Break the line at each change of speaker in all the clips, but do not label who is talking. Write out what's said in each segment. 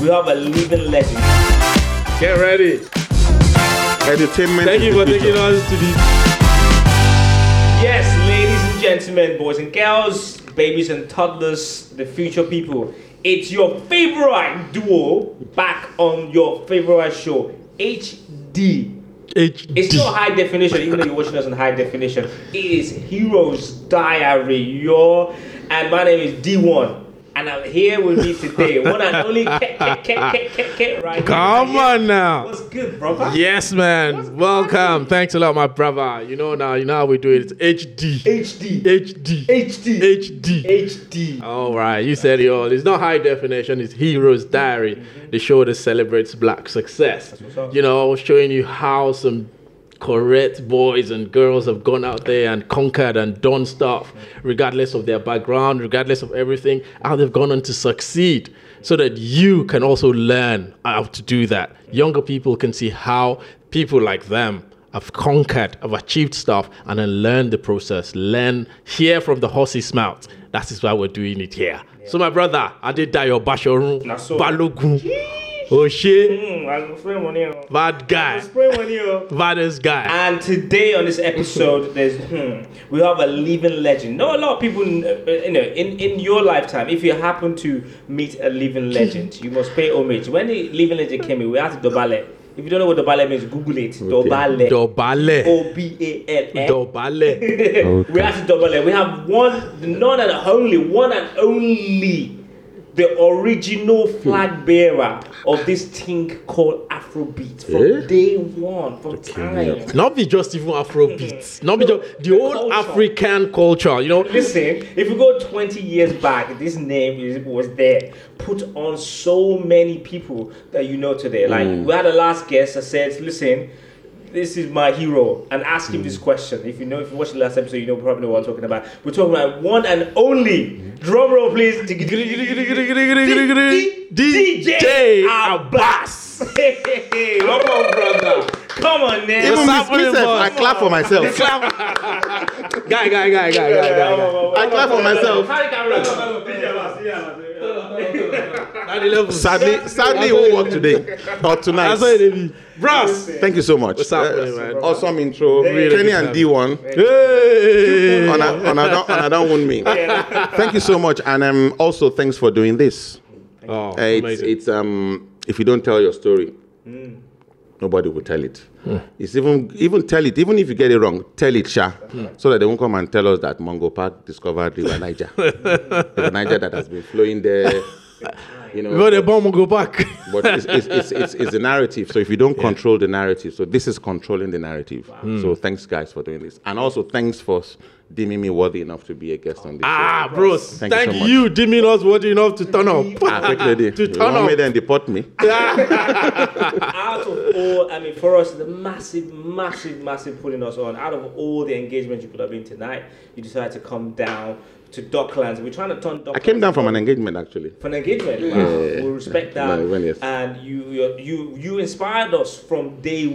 You have a living legend.
Get ready.
Entertainment.
Thank
is
you
the
for
future.
taking us to the.
Yes, ladies and gentlemen, boys and girls, babies and toddlers, the future people. It's your favorite duo back on your favorite show, HD. It's not high definition, even though you're watching us in high definition. It is Heroes Diary, yo. And my name is D1. And I'm here with me today, one and only Ket, Ket, Ket, Ket, Ket, Ket right
Come
now.
on now.
What's good, brother?
Yes, man. Welcome. Thanks a lot, my brother. You know now. You know how we do it. It's HD.
HD.
HD.
HD.
HD.
HD.
All right, you said it all. It's not high definition, it's Hero's Diary, the show that celebrates black success.
up.
You know, I was showing you how some correct boys and girls have gone out there and conquered and done stuff, regardless of their background, regardless of everything, how they've gone on to succeed, so that you can also learn how to do that. Younger people can see how people like them have conquered, have achieved stuff, and then learn the process. Learn, hear from the horse's mouth. That is why we're doing it here. So, my brother, I did die your Bashorun,
Na so.
Balogun, Oshe,
Mm, I'm spraying one here.
bad guy,
I'm spraying one
oh.
here.
baddest guy.
And today on this episode, there's hmm, we have a living legend. Not a lot of people, kn- uh, you know, in, in your lifetime, if you happen to meet a living legend, you must pay homage. When the living legend came in, we had to dobale. If you don't know what dobale means, Google it. Dobale.
Dobale,
O B A L E.
Dobale.
L. We have to dobale. We have one, the none and only, one and only. The original flag bearer of this thing called Afrobeat from
Eh?
day one, from time.
Not be just even Afrobeats. Not be just the
The
old
culture.
African culture, you know.
Listen, if you go 20 years back, this name is, was there. Put on so many people that you know today. Like, we had a last guest that said, listen, this is my hero. And ask him this question. If you know, if you watched the last episode, you know probably what I'm talking about. We're talking about one and only, drum roll please, DJ
DJ
Abbas. Come on, brother. Come on, man.
Even
What's
me,
happening,
myself,
boss?
I clap for myself.
Guy, guy, guy, guy, guy, guy. guy.
I clap for myself.
Hi, camera.
At the level.
Sadly, sadly, it won't work today or tonight.
That's how it be. Bros.
Thank you so much.
What's happening,
Uh,
man?
Awesome intro.
Really
Kenny
good
and
time.
D1.
Hey.
And I, and I don't, and I don't want me. Thank you so much, and um, also thanks for doing this.
Oh,
Uh, it's, it's um if you don't tell your story nobody will tell it
Hmm.
it's even even tell it even if you get it wrong tell it sha
Hmm.
so that they won't come and tell us that mongo park discovered river niger river niger that has been flowing there you know
But the bomb will go back.
but it's, it's, it's, it's, it's a narrative so if you don't control the narrative so this is controlling the narrative so
Hmm.
thanks guys for doing this and also thanks for s- deeming me worthy enough to be a guest on this show
ah, bros.
Thank you
Thank
so much.
you, deeming us worthy enough to turn up.
Ah, quick lady,
To
you
turn
want me
up.
then deport me
out of all, I mean, for us, the massive, massive, massive putting us on, out of all the engagements you could have been tonight, you decided to come down to Docklands. We're trying to turn Docklands.
i came down from an engagement actually
For an engagement, wow. we respect that,
No, well, yes.
and you, you, you, you inspired us from day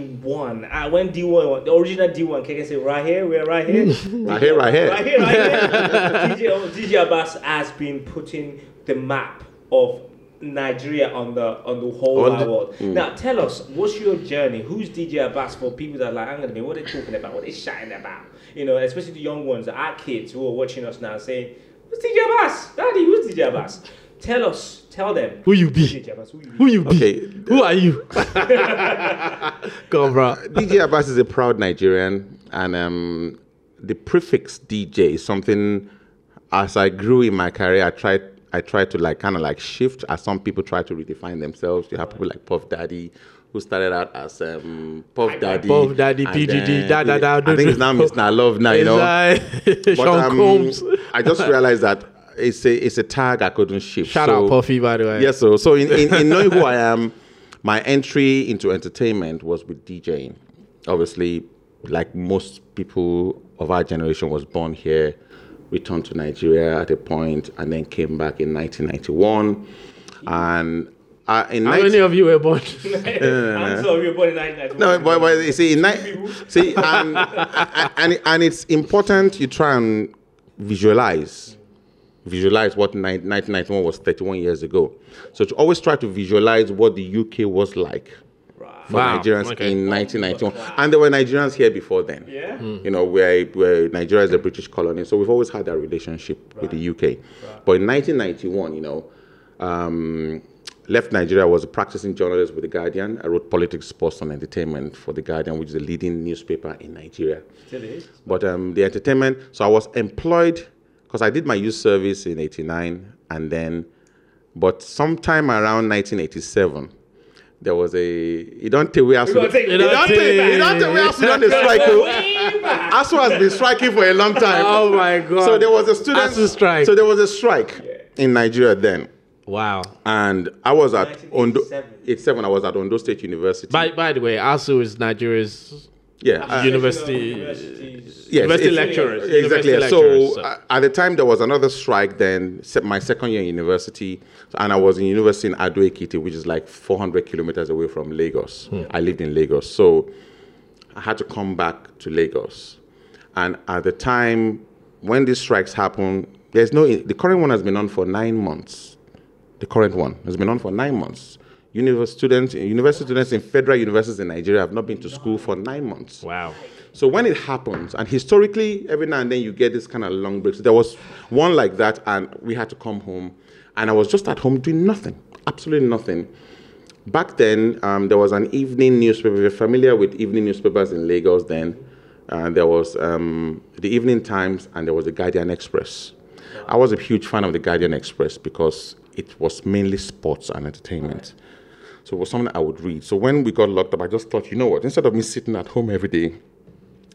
one. I went D one, the original D one. Can I say right here? We're right here,
Right here, right here.
right here, right here. DJ, DJ Abbas has been putting the map of Nigeria on the on the whole
On
wide
the-
world. Now tell us, what's your journey? Who's DJ Abbas for people that are like, I'm gonna be what are they talking about, what they shouting about? You know, especially the young ones, our kids who are watching us now saying, Who's DJ Abbas? Daddy, who's DJ Abbas? Tell us, tell them.
Who you
who's
be?
DJ Abbas, who you
Who you be?
Okay.
Who are you? Come, bro.
DJ Abbas is a proud Nigerian, and um, the prefix DJ is something. As I grew in my career, I tried. I tried to like kind of like shift. As some people try to redefine themselves, you have people like Puff Daddy, who started out as um, Puff Daddy,
Puff Daddy,
and
PDD,
then-
da, da, da,
I
do,
think it's
do.
now Mr. Love now, you know.
It's, uh,
But,
Sean
um,
Combs.
I just realized that it's a it's a tag I couldn't shift.
Shout
So-
out Puffy, by the way.
Yes, so so in, in, in knowing who I am, my entry into entertainment was with DJing. Obviously, like most people of our generation, was born here, returned to Nigeria at a point, and then came back in 1991. And uh, in
How
19
many of you were born?
I'm sorry, we were born in 1991.
no, but, but you see, in ni- see, and, and and it's important you try and visualize visualize what nine- 1991 was 31 years ago. So to always try to visualize what the UK was like
Right.
for
Wow,
Nigerians
Ah, okay.
in 1991. And there were Nigerians here before then.
Yeah.
Hmm.
You know, where, where Nigeria is a British colony. So we've always had that relationship with the UK. But in 1991, you know, um, left Nigeria I was a practicing journalist with The Guardian. I wrote politics, sports, and entertainment for The Guardian, which is the leading newspaper in Nigeria.
Still is.
But um, the entertainment, so I was employed because I did my youth service in 89 and then, but sometime around 1987, there was a, you don't take away
We're gonna
Asu.
take-
You don't take you don't take away Asu on the strike. oh.
Way back.
Asu has been striking for a long time.
Oh my God.
So there was a student
ASUU strike.
So there was a strike in Nigeria then.
Wow.
And I was at Ondo,
1987.
87, I was at Ondo State University.
By, by the way, ASU is Nigeria's
yeah. uh,
University-
Universities.
Yes,
university
it's-
lecturers.
Exactly.
University lecturers,
so uh, at the time, there was another strike. Then se- my second year in university, and I was in university in Ado Ekiti, which is like 400 kilometers away from Lagos.
Hmm.
I lived in Lagos, so I had to come back to Lagos. And at the time when these strikes happened, there's no. The current one has been on for nine months. The current one has been on for nine months. University students, university students in federal universities in Nigeria have not been to school for nine months.
wow.
So when it happens, and historically, every now and then you get this kind of long breaks. There was one like that, and we had to come home, and I was just at home doing nothing, absolutely nothing. Back then, um, there was an evening newspaper. If you're familiar with evening newspapers in Lagos, then uh, there was um, the Evening Times, and there was the Guardian Express. I was a huge fan of the Guardian Express because it was mainly sports and entertainment. So it was something I would read. So when we got locked up, I just thought, you know what? Instead of me sitting at home every day,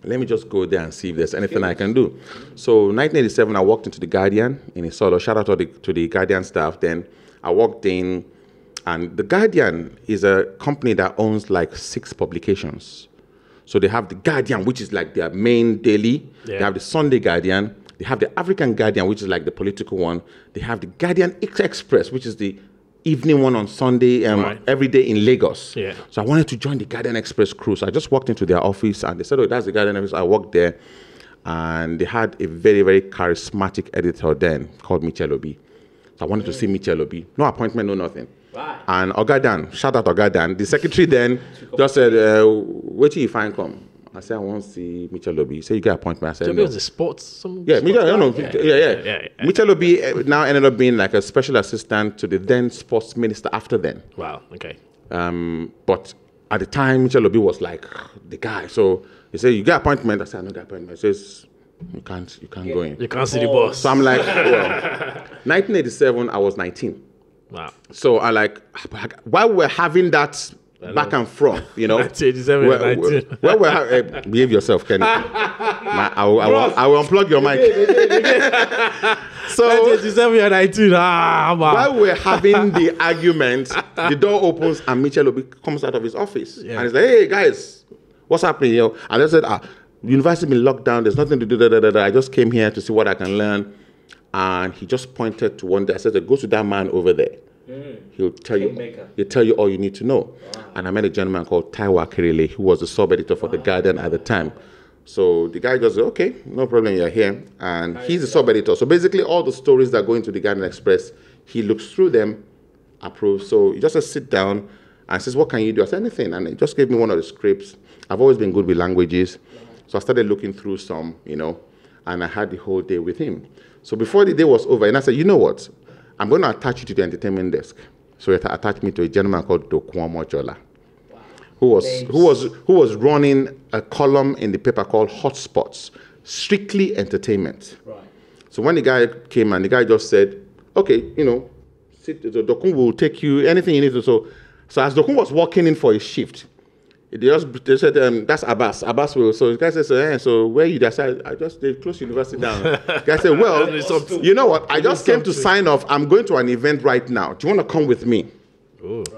let me just go there and see if there's anything I can do. So 1987, I walked into the Guardian in Isolo. Shout out to the, to the Guardian staff. Then I walked in, and the Guardian is a company that owns like six publications. So they have the Guardian, which is like their main daily. They
Yeah.
have the Sunday Guardian. They have the African Guardian, which is like the political one. They have the Guardian Ex- Express, which is the evening one on Sunday um,
Right.
every day in Lagos.
Yeah.
So I wanted to join the Garden Express crew. So I just walked into their office and they said, Oh, that's the Garden Express. I walked there and they had a very, very charismatic editor then called Michel Obi. So I wanted to see
Mm.
Michel Obi. No appointment, no nothing.
Right.
And Ogadan, shout out Ogadan, the secretary then just said, uh, Wait till you find come. I said, I want to see Michel Obi. He said, You get appointment. I said,
So
no.
was a sports. Some
Yeah, Michel,
sports
I don't know.
guy?
Yeah, yeah. yeah,
yeah, yeah.
Michel Obi uh, now ended up being like a special assistant to the then sports minister after then.
Wow. Okay.
Um, but at the time, Michel Obi was like the guy. So he said, "You get appointment." I said, "I don't get appointment." He says, "You can't, you can't go in."
You can't see the boss.
So I'm like, well, 1987, I was 19.
wow.
So I like while we're having that back and forth, you know,
1987,
while- while-
19.
while we're ha- eh, behave yourself, Kenny. My- I, will, I, will, I will unplug your mic. so
1987, you're 19. Ah, wow.
while we're having the argument, the door opens and Michel Obi comes out of his office and he's like, "Hey guys, what's happening here?" And I said, "Ah, university been locked down. There's nothing to do. Da, da, da, da. I just came here to see what I can learn." And he just pointed to one day. I said, "Go to that man over there. He'll tell you.
Kingmaker.
He'll tell you all you need to know." And I met a gentleman called Taiwa Kirele, who was the sub editor for the Guardian at the time. So the guy just said, okay, no problem, you're here. And he's the sub editor. So basically, all the stories that go into the Guardian Express, he looks through them, approves. So he just says, sit down and says, what can you do? I said, anything. And he just gave me one of the scripts. I've always been good with languages. So I started looking through some, you know, and I had the whole day with him. So before the day was over, and I said, you know what? I'm going to attach you to the entertainment desk. So it attached me to a gentleman called Dokwamo Jola who was who was who was running a column in the paper called Hotspots, strictly entertainment.
Right.
So when the guy came and the guy just said, "Okay, you know, sit, the Dokun will take you anything you need to." So, so as Dokun was walking in for his shift, they just they said, um, "That's Abbas. Abbas will." So the guy says, "So, eh, so where you?" decide?" I just they closed university down. the guy said, "Well,
It's up to-
you know what? I just came to sign off. I'm going to an event right now. Do you want to come with me?"
Right.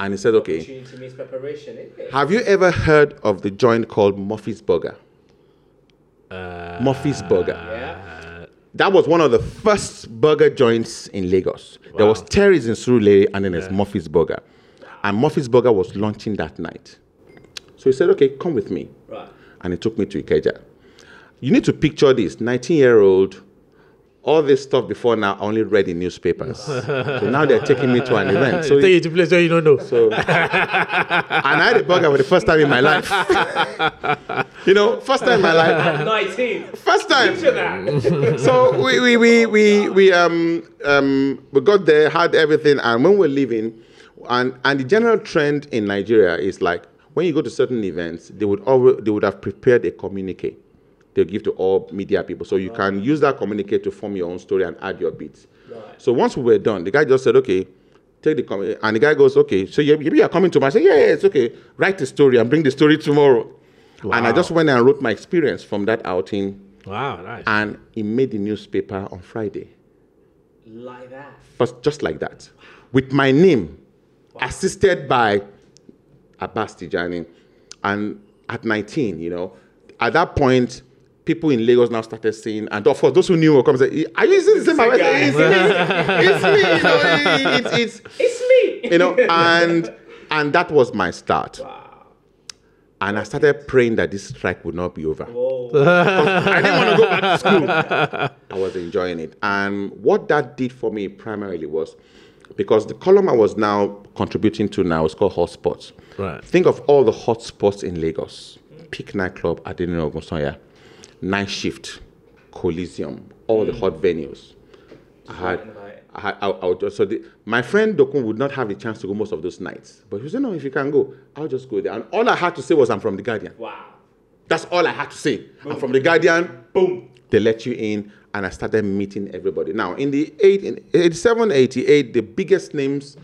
And he said, "Okay."
Opportunity means preparation, isn't it?
Have you ever heard of the joint called Murphy's Burger? Murphy's Burger.
Yeah.
That was one of the first burger joints in Lagos. There was Terry's in Surulere and then there's Murphy's Burger. And Murphy's Burger was launching that night. So he said, okay, come with me.
Right.
And he took me to Ikeja. You need to picture this 19 year old all this stuff before now, I only read in newspapers. so now they're taking me to an event. So
Take you to place where you don't know.
So, and I had a burger for the first time in my life. you know, first time in my life.
19.
First time.
Picture that.
So we we we we, we um um we got there, had everything, and when we're leaving, and and the general trend in Nigeria is like when you go to certain events, they would always they would have prepared a communique. They give to all media people, so you can use that communique to form your own story and add your bits. So once we were done, the guy just said, "Okay, take the com-, and the guy goes, "Okay, so you you are coming to my." I said, "Yeah, yeah, it's okay. Write the story and bring the story tomorrow." And I
Wow.
just went and wrote my experience from that outing
Wow, nice.
and it made the newspaper on Friday.
like that.
But just like that, with my name, assisted by Abbas Tijani. And at 19, you know, at that point, people in Lagos now started saying, and of course, those who knew will come and say, Are you using the same?
It's a
Abbas?"
guy.
It's me, it's
It's me.
me, you know, it- it- it's, you know, and and that was my start. And I started praying that this strike would not be over.
Whoa.
I didn't want to go back to school. I was enjoying it. And what that did for me primarily was because the column I was now contributing to now is called Hotspots.
Right.
Think of all the hotspots in Lagos. Peak nightclub, Adenino Ogunsoya, Night Shift, Coliseum, all the hot venues. I had,
Right.
I had, I, I would just, so the, my friend Dokun would not have a chance to go most of those nights. But he said, no, if you can go, I'll just go there. And all I had to say was, I'm from The Guardian.
Wow.
That's all I had to say. I'm from The Guardian,
Boom.
they let you in and i started meeting everybody now in the 8 in 87 88 the biggest names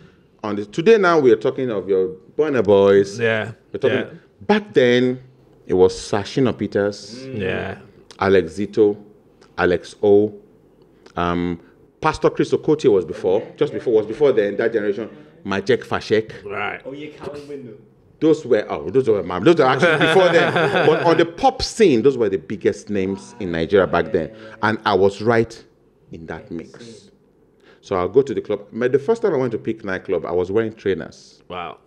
on this today now we are talking of your burner boys
Yeah.
we're talking
Yeah.
back then it was sashina peters
Yeah.
alex zito alex o um, pastor chris okotie was before just before was before then that generation majek fashek
Right.
Oh, you can't window.
those were oh those were my those were actually before then but on the pop scene those were the biggest names in nigeria back then and i was right in that mix so i'll go to the club but the first time i went to pick nightclub i was wearing trainers
Wow.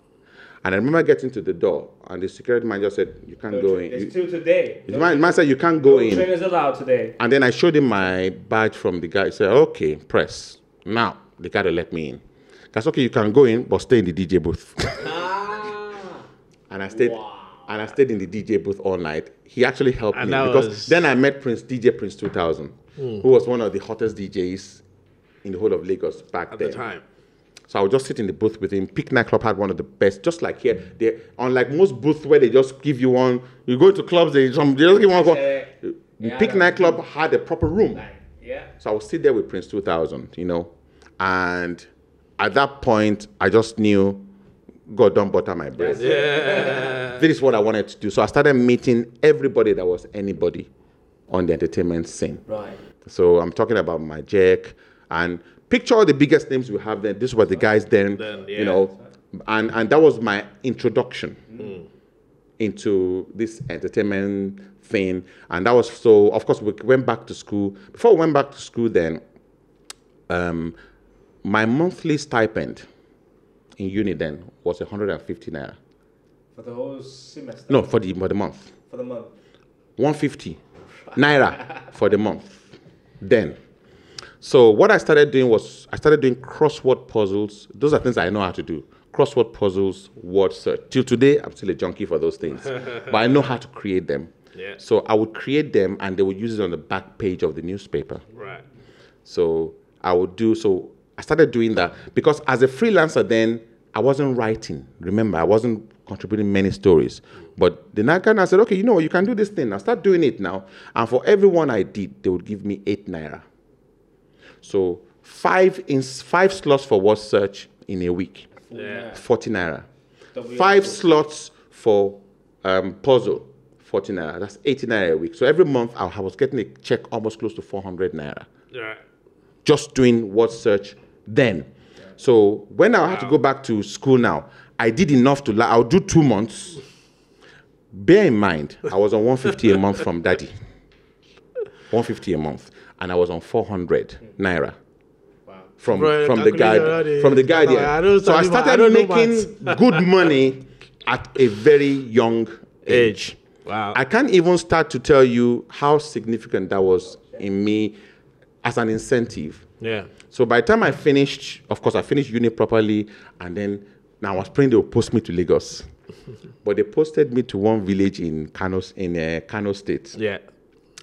and i remember getting to the door and the security man just said you can't go in
It's
you,
till today.
the man, man said you can't go in
Trainers allowed today.
and then i showed him my badge from the guy he said okay press now the guy let me in that's okay you can go in but stay in the dj booth
Ah.
and I stayed and I stayed in the DJ booth all night. He actually helped
And
me
that
because
was- Hmm.
then I met Prince DJ Prince 2000, who was one of the hottest DJs in the whole of Lagos back
At
then.
the time.
So I would just sit in the booth with him. Peak nightclub had one of the best, just like here. They unlike most booths where they just give you one. You go to clubs, they some they just give one.
Yeah. Yeah,
Peak
I know.
nightclub had a proper room.
Like, yeah.
So I was still there with Prince 2000, you know. And at that point, I just knew God don't butter my bread. this is what I wanted to do. So I started meeting everybody that was anybody on the entertainment scene.
Right.
So I'm talking about my Jack and picture all the biggest names we have then. These were the guys then,
Then, yeah.
you know, and, and that was my introduction
Mm.
into this entertainment thing. And that was so, of course, we went back to school. Before we went back to school, then, um, my monthly stipend in uni then was 150 naira.
For the whole semester.
No, for the, for the month.
For the month.
150 naira for the month then so what i started doing was i started doing crossword puzzles those are things i know how to do crossword puzzles word search till today i'm still a junkie for those things but i know how to create them
Yeah.
so i would create them and they would use it on the back page of the newspaper
Right.
so I would do so. I started doing that because as a freelancer, then I wasn't writing. Remember, I wasn't contributing many stories. But then I kind of said, okay, you know what, you can do this thing. I'll start doing it now. And for everyone I did, they would give me eight naira. So five in five slots for word search in a week,
Yeah.
forty naira.
W-
Five slots for um, puzzle, forty naira. That's eighty naira a week. So every month I I was getting a check almost close to four hundred naira
Right.
just doing word search then. So when I had to go back to school now, I did enough to la- I'll do two months. Bear in mind, I was on 150 a month from daddy. 150 a month, and I was on 400 naira. From,
Bro,
from the
calculator,
guardian, from the
that is-
guardian.
I don't-
so I
I don't
started
know maths.
making good money at a very young age.
Age. Wow.
I can't even start to tell you how significant that was in me. as an incentive.
Yeah.
So by the time I finished, of course, I finished uni properly, and then now I was praying they would post me to Lagos, but they posted me to one village in Kano in uh, Kano State.
Yeah.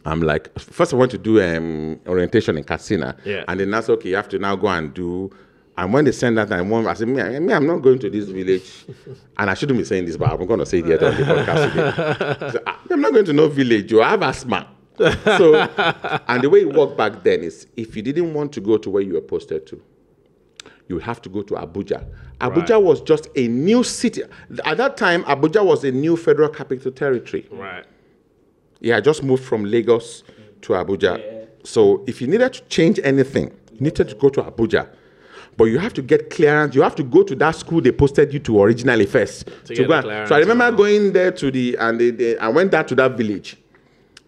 I'm like, first I want to do um, orientation in Katsina,
Yeah.
and then that's okay. You have to now go and do. And when they send that, I want. I said, me, I- me, I'm not going to this village, and I shouldn't be saying this, but I'm going to say it here on the podcast today. So, I- I'm not going to no village. You have asthma. So, and the way it worked back then is, if you didn't want to go to where you were posted to, you have to go to Abuja. Abuja
Right.
was just a new city at that time. Abuja was a new federal capital territory.
Right.
Yeah, I just moved from Lagos to Abuja.
Yeah.
So if you needed to change anything, you needed to go to Abuja. But you have to get clearance. You have to go to that school they posted you to originally first. To
get
go
the
and-
clearance,
so I remember going there to the and they, they, I went down to that village.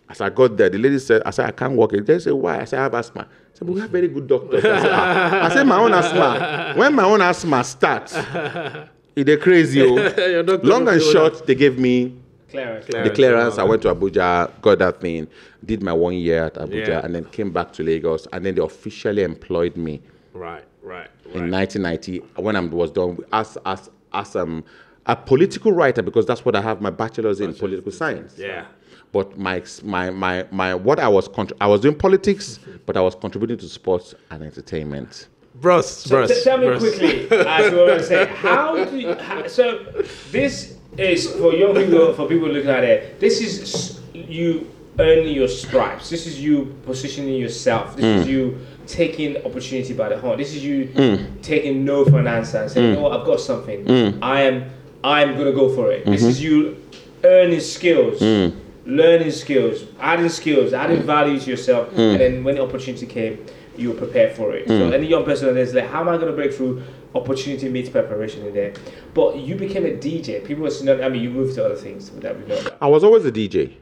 As I got there, the lady said, I said, I can't walk. They said, why? I said, I have asthma. I said, but we have very good doctors. I said, "Ah." I said, my own asthma. When my own asthma starts, it they crazy.
Your
oh.
doctor
Long
will
and
feel
short, they gave me
Clarence.
Clarence.
the clearance. I went to Abuja, got that thing, did my one year at Abuja,
Yeah.
and then came back to Lagos. And then they officially employed me
Right. Right.
in
Right.
1990 when I was done as as as um, a political writer because that's what I have my bachelor's in political science.
Yeah.
But my ex- my my my what I was contr I was doing politics, but I was contributing to sports and entertainment.
Bros.
So
bros.
t- tell me
bros.
quickly, as we were saying, how do you, how, so? This is for young people, for people looking at it. This is s- you earning your stripes. This is you positioning yourself. This is you taking opportunity by the horn. This is you taking no for an answer and saying, "You know what? I've got something. I am. I'm gonna go for it." This is you earning skills.
Hmm.
Learning skills, adding skills, adding value to yourself,
Hmm.
and then when the opportunity came, you were prepared for it. So any young person that's like, how am I going to break through? Opportunity meets preparation in there. But you became a DJ. People were saying, I mean, you moved to other things that we know about.
I was always a DJ.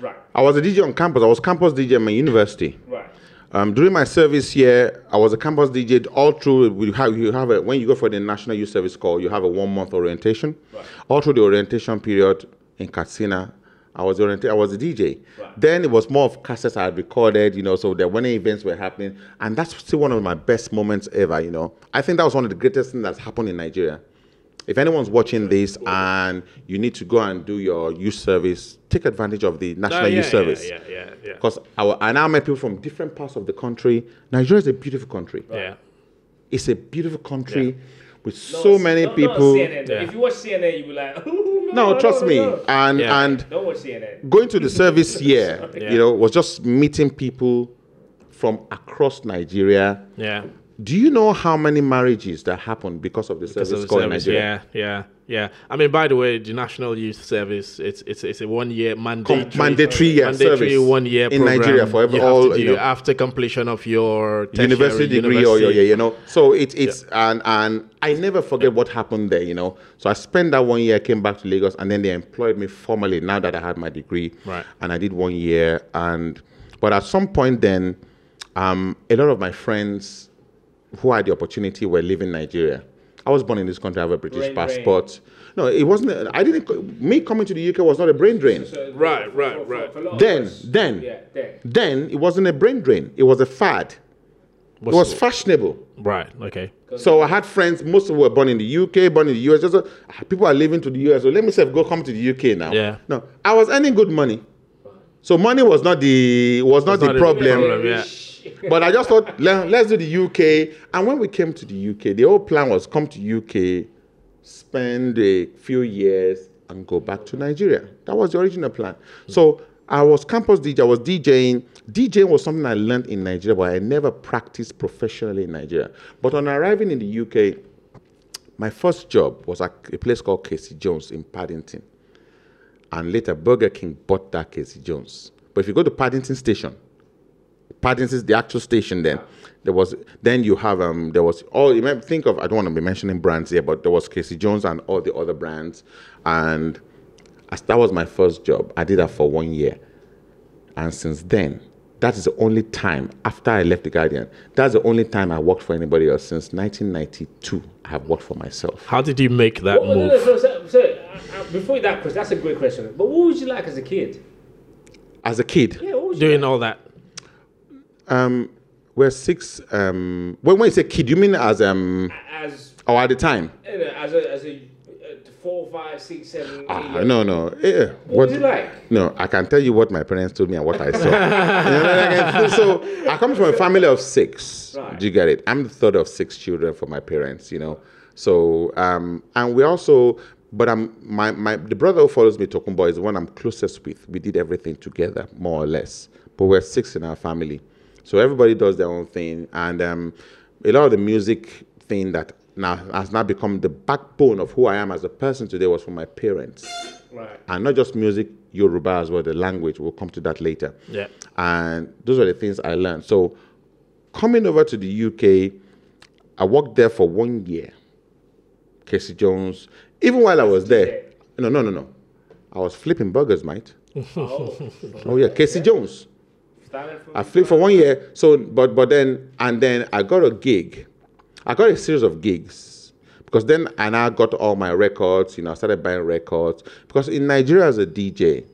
Right,
I was a DJ on campus. I was campus DJ at my university.
right.
Um, during my service here, I was a campus DJ all through. We have, you have a, when you go for the National Youth Service Call, you have a one month orientation.
Right.
All through the orientation period in Katsina, I was orienta- I was a DJ.
Right.
Then it was more of cassettes I had recorded, you know, so that when events were happening, and that's still one of my best moments ever, you know. I think that was one of the greatest things that's happened in Nigeria. If anyone's watching this and you need to go and do your youth service, take advantage of the
Oh,
National
yeah,
Youth
yeah,
Service
Yeah. Yeah. Yeah.
because our, I now met people from different parts of the country. Nigeria is a beautiful country.
yeah.
It's a beautiful country with
Not
so
on-
many
not- not on
people.
CNN.
Yeah.
If you watch CNN, you be like, no,
no, trust
no,
me.
no.
And
Yeah.
and
Don't watch CNN.
going to the service year,
Sorry.
you know, was just meeting people from across Nigeria.
Yeah.
Do you know how many marriages that happened because of the
Because
service
of
call in
service,
Nigeria?
Yeah, yeah, yeah. I mean, by the way, the National Youth Service it's it's it's a one year mandatory
mandatory, yeah,
mandatory
service
one year
in Nigeria for every- all, you know.
after completion of your tertiary
university degree or
university.
yeah, you know. So it, it's and and I never forget what happened there, you know. So I spent that one year, came back to Lagos, and then they employed me formally now that I had my degree.
Right.
And I did one year, and but at some point then, um, a lot of my friends who had the opportunity were leaving Nigeria. I was born in this country. I have a British
Brain drain.
passport. No, it wasn't. I didn't. Me coming to the UK was not a brain drain.
So
Right,
for-
right,
for- for-
right.
for a lot of
Then-
us-
then-
Yeah, then.
Then it wasn't a brain drain. It was a fad. It was fashionable.
right. Okay.
So I had friends, most of them were born in the UK, born in the US. Just, uh, people are living to the US. So let me say, go come to the UK now.
Yeah.
No, I was earning good money. So money was not the was
not
not, the
the
problem.
problem, yeah.
But I just thought let, let's do the UK. And when we came to the UK, the whole plan was come to UK, spend a few years, and go back to Nigeria. That was the original plan. So I was campus DJ. I was DJing. DJing was something I learned in Nigeria, but I never practiced professionally in Nigeria. But on arriving in the UK, my first job was at a place called Casey Jones in Paddington. And later, Burger King bought that Casey Jones. But if you go to Paddington Station, Paddington is the actual station then. There was then you have um there was all you might think of I don't want to be mentioning brands here, but there was Casey Jones and all the other brands. And as that was my first job. I did that for one year. And since then, that is the only time after I left The Guardian, that's the only time I worked for anybody else since 1992. I have worked for myself.
How did you make that
Well, no, no,
move?
so, so, so, uh, uh, before that question, that's a great question. But what would you like as a kid?
As a kid,
Yeah, what would you
Doing all that.
We're six. Um, when when you say kid, you mean as um
As
or at the time?
you know, as a as a uh, four, five, six, seven, eight.
Ah,
year-
no, no. Eh,
What was it like?
No, I can tell you what my parents told me and what I saw. You know what I mean? so I come from a family of six.
Right.
Do you get it? I'm the third of six children for my parents. You know, so um, and we also, but I'm my my the brother who follows me, Tokumbo, is the one I'm closest with. We did everything together, more or less. But we're six in our family, so everybody does their own thing, and um, a lot of the music thing that now has now become the backbone of who I am as a person today was from my parents
Right.
and not just music, Yoruba as well, the language. We'll come to that later.
Yeah.
And those are the things I learned. So coming over to the UK, I worked there for one year. Casey Jones. Even while I was there, no, no, no, no. I was flipping burgers, mate.
Oh,
Oh yeah, Casey Jones.
started from
I flipped for one year. So, but but then and then I got a gig. I got a series of gigs because then I now got all my records. You know, I started buying records because in Nigeria as a DJ,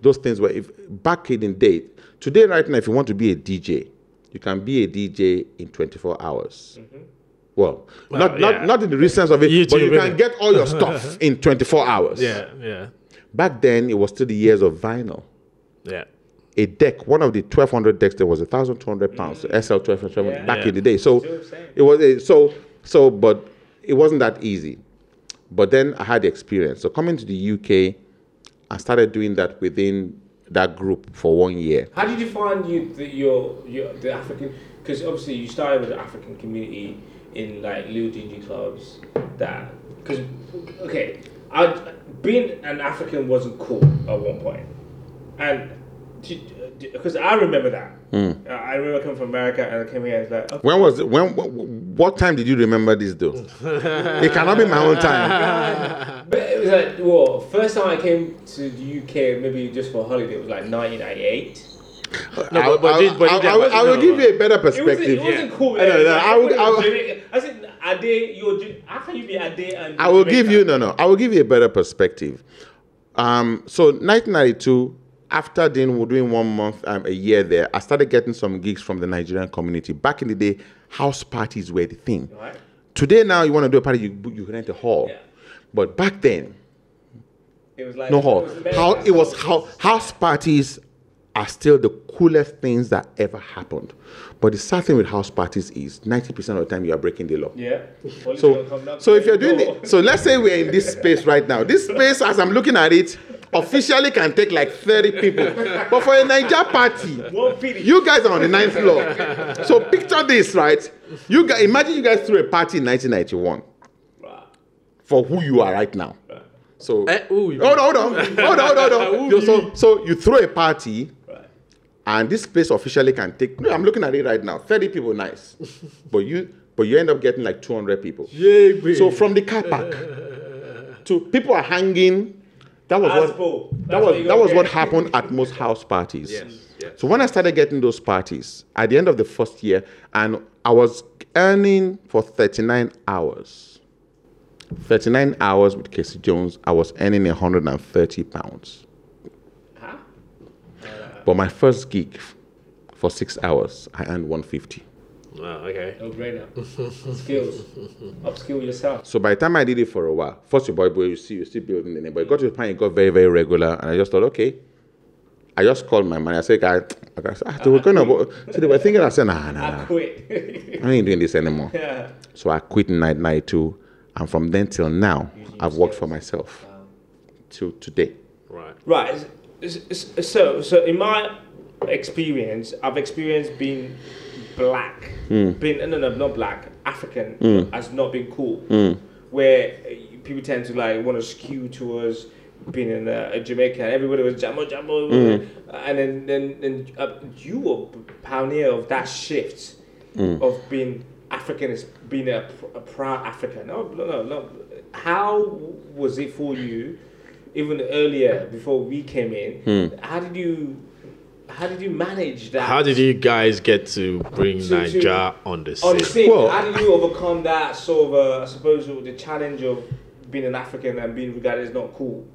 those things were if back in the day. Today, right now, if you want to be a DJ, you can be a DJ in 24 hours. Well, not,
yeah.
not not in the recent sense of it, but
YouTube,
you
innit?
can get all your stuff in 24 hours.
Yeah, yeah,
Back then, it was still the years of vinyl
yeah.
a deck, one of the 1200 decks that was 1200 pounds, SL 1200
Yeah.
back
Mm. Yeah.
in the day. So
See what I'm saying?
it was a, so so but it wasn't that easy. But then I had the experience. So coming to the UK, I started doing that within that group for one year.
How did you find you the, your your the African? Because obviously you started with the African community in like little dingy clubs. That because okay, I being an African wasn't cool at one point, and because I remember that. Uh, I remember coming from America and I came here. It's like okay,
When was when wh- what time did you remember this though? it cannot be my own time.
but it was like well, first time I came to the UK maybe just for a holiday it was like 1998.
No,
I'll-
but- but
I'll-
did- but
I'll-
did-
I will- I will
no,
give you a better
It wasn't,
perspective.
it wasn't cool. eh?
I, know, no, I would, I would,
I, said, "Are they? You're Ju- how can you be a day and?"
I will give
Jamaica?"
you no no. I will give you a better perspective. Um, so 1992, after doing doing one month um, a year there, I started getting some gigs from the Nigerian community. Back in the day, house parties were the thing.
Right.
Today now, you want to do a party, you you rent a hall.
Yeah.
But back then,
It was like
no hall.
It was America.
How it was how house parties are still the coolest things that ever happened. But the sad thing with house parties is 90% of the time you are breaking the law.
Yeah. Police don't come
So,
knock
so if you're
your
doing
door.
it, so let's say we're in this space right now. This space, as I'm looking at it, officially can take like 30 people. But for a Niger party,
One pity.
you guys are on the ninth floor. So picture this, right? You guys, imagine you guys threw a party in 1991
Right.
for who you are right now. So
Eh, who you-
hold on, hold on, hold on, hold on, hold
Who
on. So, so you throw a party,
Right.
and this place officially can take. No, I'm looking at it right now. 30 people, nice, but you, but you end up getting like 200 people. So from the car park to people are hanging. That was
That's
what
cool.
that
That's what
was
you
that
gonna
was what
get.
happened at most house parties.
Yes, yes.
So when I started getting those parties at the end of the first year, and I was earning for 39 hours. 39 hours with Casey Jones, I was earning 130 pounds.
Huh?
But my first gig for six hours, I earned 150.
Wow, oh, okay.
No brainer. Skills. Upskill yourself.
So by the time I did it for a while, first you boy, boy, you see, you still building the name. But it got to the point it got very, very regular, and I just thought, okay. I just called my man. I said, guy, I got- ah, they were gonna, go. so they were thinking. I said, nah, nah,
I
nah,
quit.
I ain't doing this anymore.
yeah.
So I quit in 1992, and from then till now, I've worked for myself till today.
Right.
Right. s- s- s- So, so in my experience, I've experienced being black, being no, no, not black, African, as not being cool. Where uh, people tend to like want to skew towards being in uh, Jamaica, and everybody was jambo jambo, and then then, then uh, you were pioneer of that shift of being African is being a, pr- a proud African. No, no, no, no. How was it for you? even earlier before we came in. How did you how did you manage that?
How did you guys get to bring
To- to-
Niger on the
on the
scene?
scene,
Well-
how did you overcome that sort of uh, I suppose the challenge of being an African and being regarded as not cool?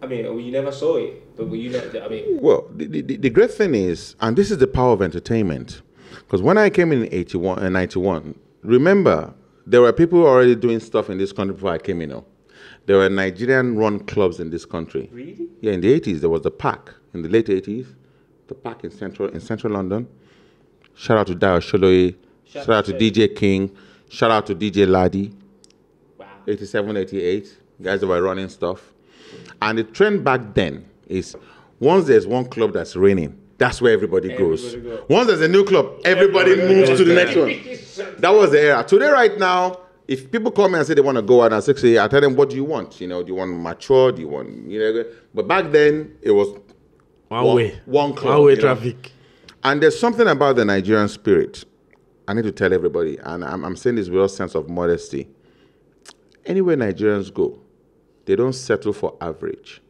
I mean, well, you never saw it, but were you not I mean
Well, the, the, the great thing is, and this is the power of entertainment. Because when I came in 81 and 91, remember, there were people already doing stuff in this country before I came in. oh. There were Nigerian run clubs in this country.
Really?
Yeah, in the 80s, there was the park. In the late 80s, the park in central, in central London. Shout out to Dio Sholoye. Shout, out to DJ King. Shout out to DJ Laddie.
Wow.
87, 88. Guys that were running stuff. And the trend back then is once there's one club that's running, that's where everybody, goes.
Everybody goes.
Once there's a new club, everybody,
Everybody
moves
goes
to the
there.
next one. That was the era. Today, right now, if people come and say they want to go out at 6 I tell them, what do you want? You know, do you want mature? Do you want, you know? But back then, it was
One,
One-
way.
one club,
One way
you know.
traffic.
and there's something about the Nigerian spirit. I need to tell everybody, and I'm, I'm saying this with a sense of modesty. Anywhere Nigerians go, they don't settle for average.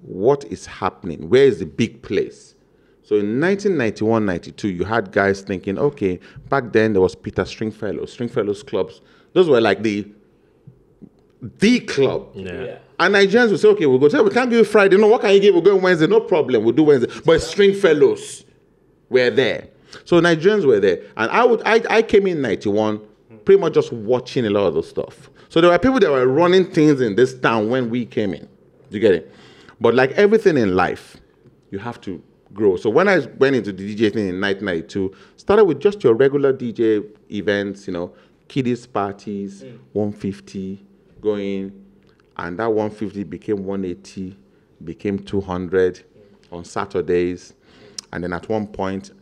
What is happening? Where is the big place? So in 1991, 92, you had guys thinking, okay, back then there was Peter Stringfellow, Stringfellow's clubs. Those were like the the club.
Yeah.
Yeah.
And Nigerians will say, okay, we'll go. Say, we can't give you Friday. No, what can you give? We'll go on Wednesday. No problem. We'll do Wednesday. But string fellows were there. So Nigerians were there. And I would I, I came in 91, pretty much just watching a lot of those stuff. So there were people that were running things in this town when we came in. Do you get it? But like everything in life, you have to grow. So when I went into the DJ thing in 1992, started with just your regular DJ events, you know, kiddies parties, 150 going, and that 150 became 180, became 200 on Saturdays, and then at one point,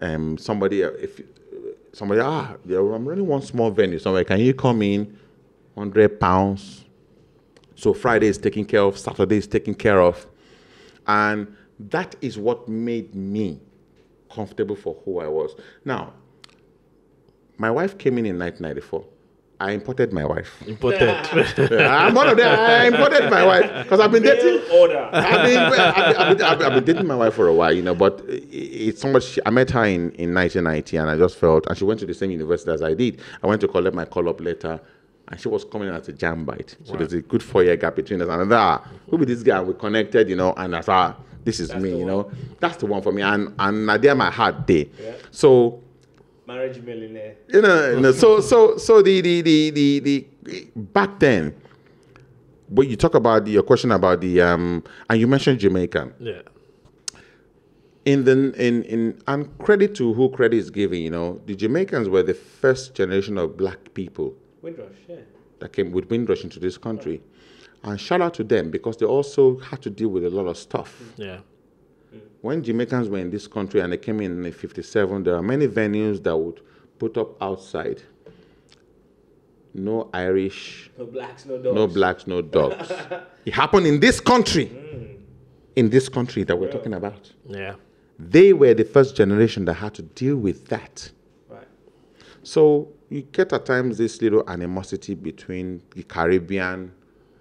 um, somebody uh, if somebody ah, yeah, I'm running one small venue somewhere. Can you come in? 100 pounds. So Friday is taken care of, Saturday is taken care of. And that is what made me comfortable for who I was. Now, my wife came in in 1994. I imported my wife.
Important.
I'm one of them. I imported my wife because I've been dating.
Mail order.
I've been, I've, been, I've, been, I've been- I've been dating my wife for a while, you know, but i- i- it's so much. I met her in, in 1990 and I just felt, and she went to the same university as I did. I went to collect my call up letter and she was coming at a jam bite. So there's a good four year gap between us. And ah, who be this guy? We connected, you know, and I said, ah, this is me,
the one.
you know. That's the one for me. And, and Nadia, my heart day. So,
Marriage millionaire.
you know, you know, so so so the the the the, the back then what you talk about your question about the um and you mentioned Jamaica
yeah.
in the in in and credit to who credit is given you know the Jamaicans were the first generation of black people
Windrush, yeah.
that came with Windrush into this country and shout out to them because they also had to deal with a lot of stuff
Yeah.
when Jamaicans were in this country and they came in in 57, there are many venues that would put up outside no Irish,
No blacks, no dogs.
no blacks, no dogs. it happened in this country. In this country that we're talking about.
Yeah.
They were the first generation that had to deal with that.
Right.
So you get at times this little animosity between the Caribbean,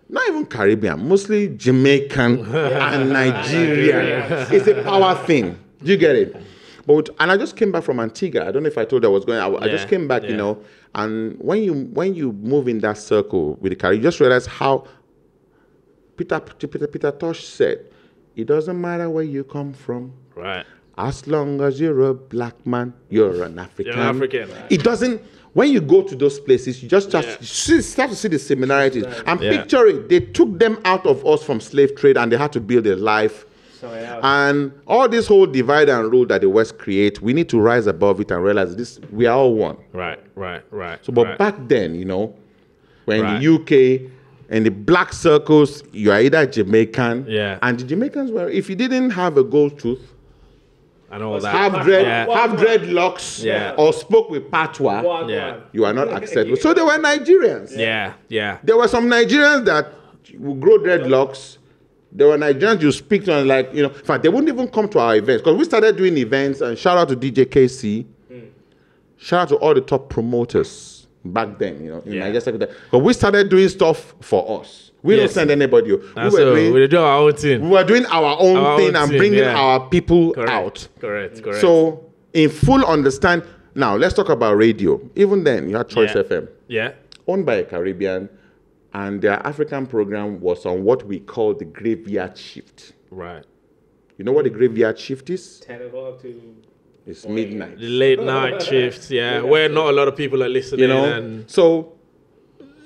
not even Caribbean, mostly Jamaican and Nigerian. it's a power thing. Do you get it? But with- and I just came back from Antigua. I don't know if I told you I was going. I, I just
Yeah,
came back, you
yeah.
know. And when you when you move in that circle with the Caribbean, you just realize how Peter Peter Peter Tosh said, "It doesn't matter where you come from."
Right.
As long as you're a black man, you're an African.
You're an African.
It doesn't. When you go to those places, you just have,
Yeah.
to, see, start to see the similarities. And
Yeah.
picture it. They took them out of us from slave trade, and they had to build a life.
Somewhere else.
And all this whole divide and rule that the West create, we need to rise above it and realize this: we are all one.
Right. Right. Right.
So, but
right.
back then, you know, when
Right.
in the UK in the black circles, you are either Jamaican,
Yeah.
and the Jamaicans were. If you didn't have a gold tooth,
and all that.
have dread,
Yeah.
have dreadlocks,
Yeah.
or spoke with patois,
Wagwan.
Yeah.
you are not acceptable. So they were Nigerians.
Yeah. Yeah.
There were some Nigerians that would grow dreadlocks. There were Nigerians you speak to and like you know. In fact, they wouldn't even come to our events because we started doing events. And shout out to DJ KC.
Hmm.
Shout out to all the top promoters back then. You know, in
Yeah.
Nigeria sector. Because we started doing stuff for us. We
Yes.
don't send anybody. We
And so
doing,
we do our own
we
thing.
were doing our own
Our own
thing and
thing,
bringing
yeah.
our people
Correct.
out.
Correct. Correct.
So, in full understand, now let's talk about radio. Even then, you had Choice
Yeah.
FM,
yeah.
owned by a Caribbean, and their African program was on what we call the graveyard shift.
Right.
You know what the graveyard shift is?
10 o'clock to
It's midnight.
The late night shifts, yeah, where not a lot of people are listening.
you know
and
so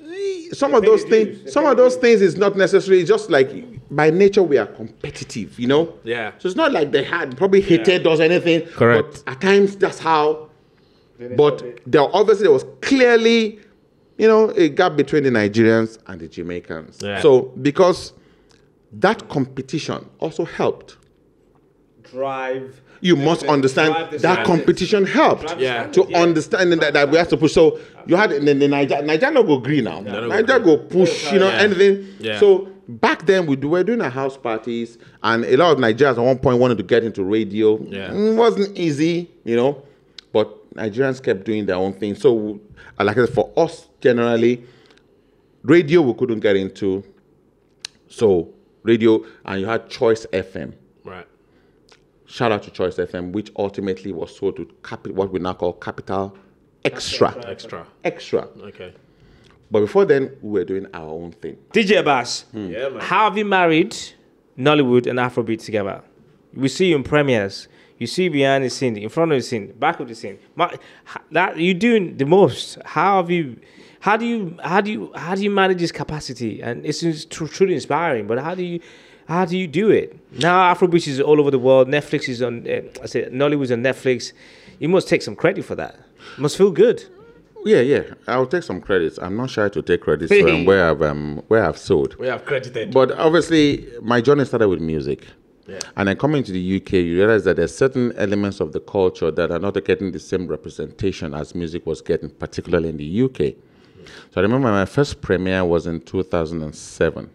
eh, some of
pay
those
the dues. They
things some
pay
of
the
those things is not necessary it's just like by nature we are competitive you know
Yeah.
so it's not like they had probably hated us or anything
Correct.
but at times that's how
Then it's
but
okay.
there obviously there was clearly you know a gap between the nigerians and the jamaicans
Yeah.
so because that competition also helped
drive.
you
the-
must
the- drive
understand
the
that
standards.
competition helped
Drive the
Yeah.
standards,
to understanding that, that we have to push. So you had the, the Niger, Niger no go green now.
no go
Niger go push, you know,
Yeah.
anything.
Yeah.
So back then we do, were doing our house parties, and a lot of Nigerians at one point wanted to get into radio. Mm,
Yeah.
It wasn't easy, you know, but Nigerians kept doing their own thing. So, uh, like I said, for us generally, radio we couldn't get into. So radio, and you had Choice FM
right,
shout out to Choice FM, which ultimately was sold to capi- what we now call Capital Extra.
extra,
Extra.
okay,
But before then, we were doing our own thing.
DJ Bass,
yeah, man.
how have you married Nollywood and Afrobeat together? We see you in premieres. You see you behind the scene, in front of the scene, back of the scene. Ma- ha- That you're doing the most. How have you? How do you? How do you? How do you manage this capacity? And it's, it's tru- truly inspiring. But how do you? How do you do it? Now Afrobeat is all over the world. Netflix is on. Uh, I said Nollywood's on Netflix. You must take some credit for that. Must feel good.
Yeah, yeah. I'll take some credits. I'm not shy to take credits um, where I've um, where I've sold.
we have credited,
But obviously, my journey started with music.
Yeah.
And then coming to the UK, you realize that there's certain elements of the culture that are not getting the same representation as music was getting, particularly in the UK. So I remember my first premiere was in 2007.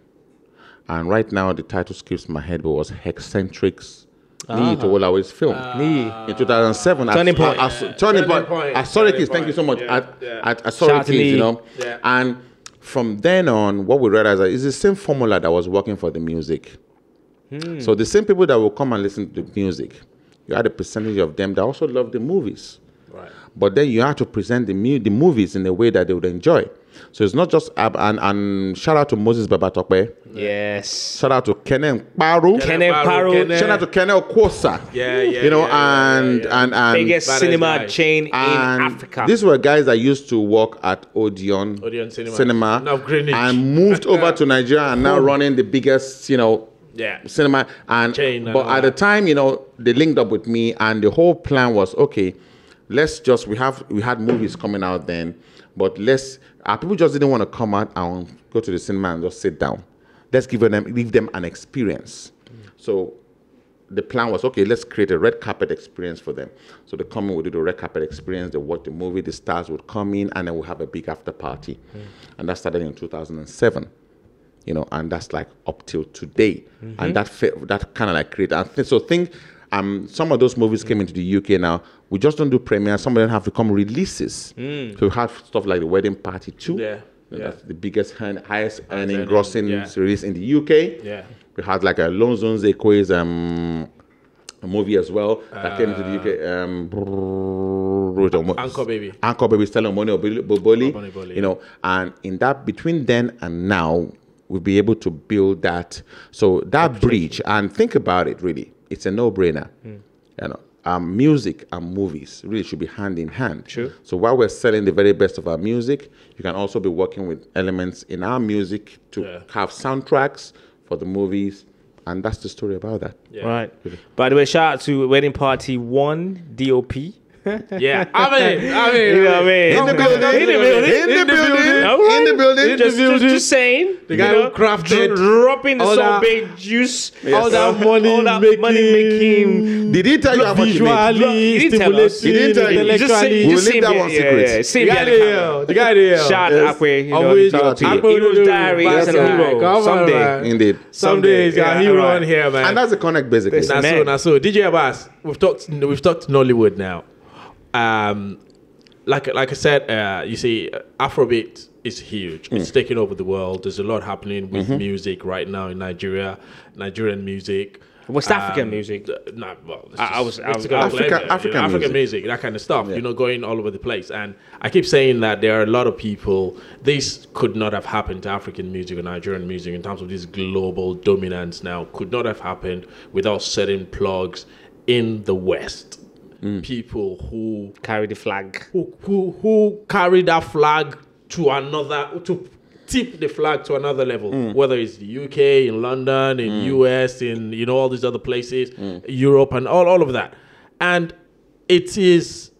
And right now, the title skips my head, but was Hexcentrics. Knee to Olawe's film.
Ah.
in 2007.
Turning
I,
point.
I, I, turning,
Turning
point.
point.
I saw the
Turning
kids. Thank you so much.
point. Yeah.
At,
Yeah.
at, I saw the
Shortly.
kids, you know.
Yeah.
And from then on, what we realized is the same formula that was working for the music.
Hmm.
So the same people that will come and listen to the music, you had a percentage of them that also love the movies.
right,
But then you have to present the, mu- the movies in a way that they would enjoy. So it's not just ab- and, and shout out to Moses Babatokwe,
Yes.
shout out to Kenan Paru,
Kenan Paro,
shout out to Kenan Kwosa.
Yeah, yeah,
You know,
yeah, yeah,
and,
yeah.
and and
Biggest
Baddest
cinema
guy.
chain in
and
Africa.
These were guys that used to work at Odeon,
Odeon Cinema.
cinema
Now Greenwich.
and moved over to Nigeria and now running the biggest, you know,
yeah,
cinema. And
Chain and
but
all
at the
that.
time, you know, they linked up with me, and the whole plan was okay. Let's just we have we had movies coming out then, but let's our people just didn't want to come out and go to the cinema and just sit down. Let's give them give them an experience. So the plan was okay, let's create a red carpet experience for them. So they come in, we do the red carpet experience, they watch the movie, the stars would come in, and then we'll have a big after party.
Hmm.
And that started in 2007, you know, and that's like up till today.
Mm-hmm.
And that fe- that kind of like created. And th- so think um, some of those movies came into the UK now. We just don't do premieres, some of them have become releases. So we have stuff like the Wedding Party 2.
Mm. Yeah,
You know,
yeah.
That's the biggest, hand, highest earning,
earning,
grossing
yeah.
series in the UK.
yeah,
We had like a Lonzo Nzeko's um a movie as well that came into the UK. Um, brrrr, it was-
Uh, Anchor Baby.
Anchor Baby, Stella Money
Oboniboli,
Boboli.
yeah.
You know, and in that between then and now, we'll be able to build that. So that bridge, and think about it really, it's a no-brainer.
Hmm.
You know. Um, music and movies really should be hand in hand.
True.
So while we're selling the very best of our music, you can also be working with elements in our music to
Yeah.
have soundtracks for the movies, and that's the story about that.
yeah.
Right. By the way, shout out to Wedding Party One DOP.
yeah. Amen, amen,
You know what I
amen.
mean?
In the building,
In the building.
in the building,
All right.
in the building.
Just, just, just saying. The
guy who crafted
They're dropping the
all that-
sorbet juice. Uh,
all that money
all that money making.
Did he tell you how much he made?
He didn't tell us.
stimulating,
He didn't tell you.
You Just say,
intellectually.
you
We'll
just
leave
say
that
be-
one
yeah,
secret.
yeah, yeah. Say
The
be
guy
at the camera.
there, the guy there.
Shout
Yes.
Akwe, you know,
Always
the
shout out to
DOP.
you.
Hero's Diary
Yes,
is a
sir.
hero.
Come on,
Someday.
man.
Indeed.
Someday he's
Someday,
a
yeah,
hero
alright.
on here, man.
And that's the connect basically.
Yes.
Naso,
Man.
Naso. DJ Abbas, we've talked we've talked Nollywood now. Um, like like I said, uh, you see, Afrobeat is huge. It's taking over the world. There's a lot happening with music right now in Nigeria, Nigerian music.
West African music.
th- nah, well, it's
I- I
just
was- I was-
Mexican
Africa-
flavor, you know,
African
African
music.
music, that kind of stuff. You know, going all over the place. And I keep saying that there are a lot of people. This could not have happened to African music or Nigerian music in terms of this global dominance. Now, could not have happened without certain plugs in the West.
Mm.
people who
Carry the flag.
who, who who carry that flag to another to tip the flag to another level whether it's the uk in london in us in you know all these other places europe and all, all of that and it is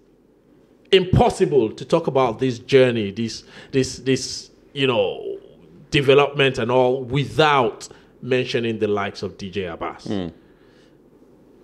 impossible to talk about this journey this this this you know development and all without mentioning the likes of dj abbas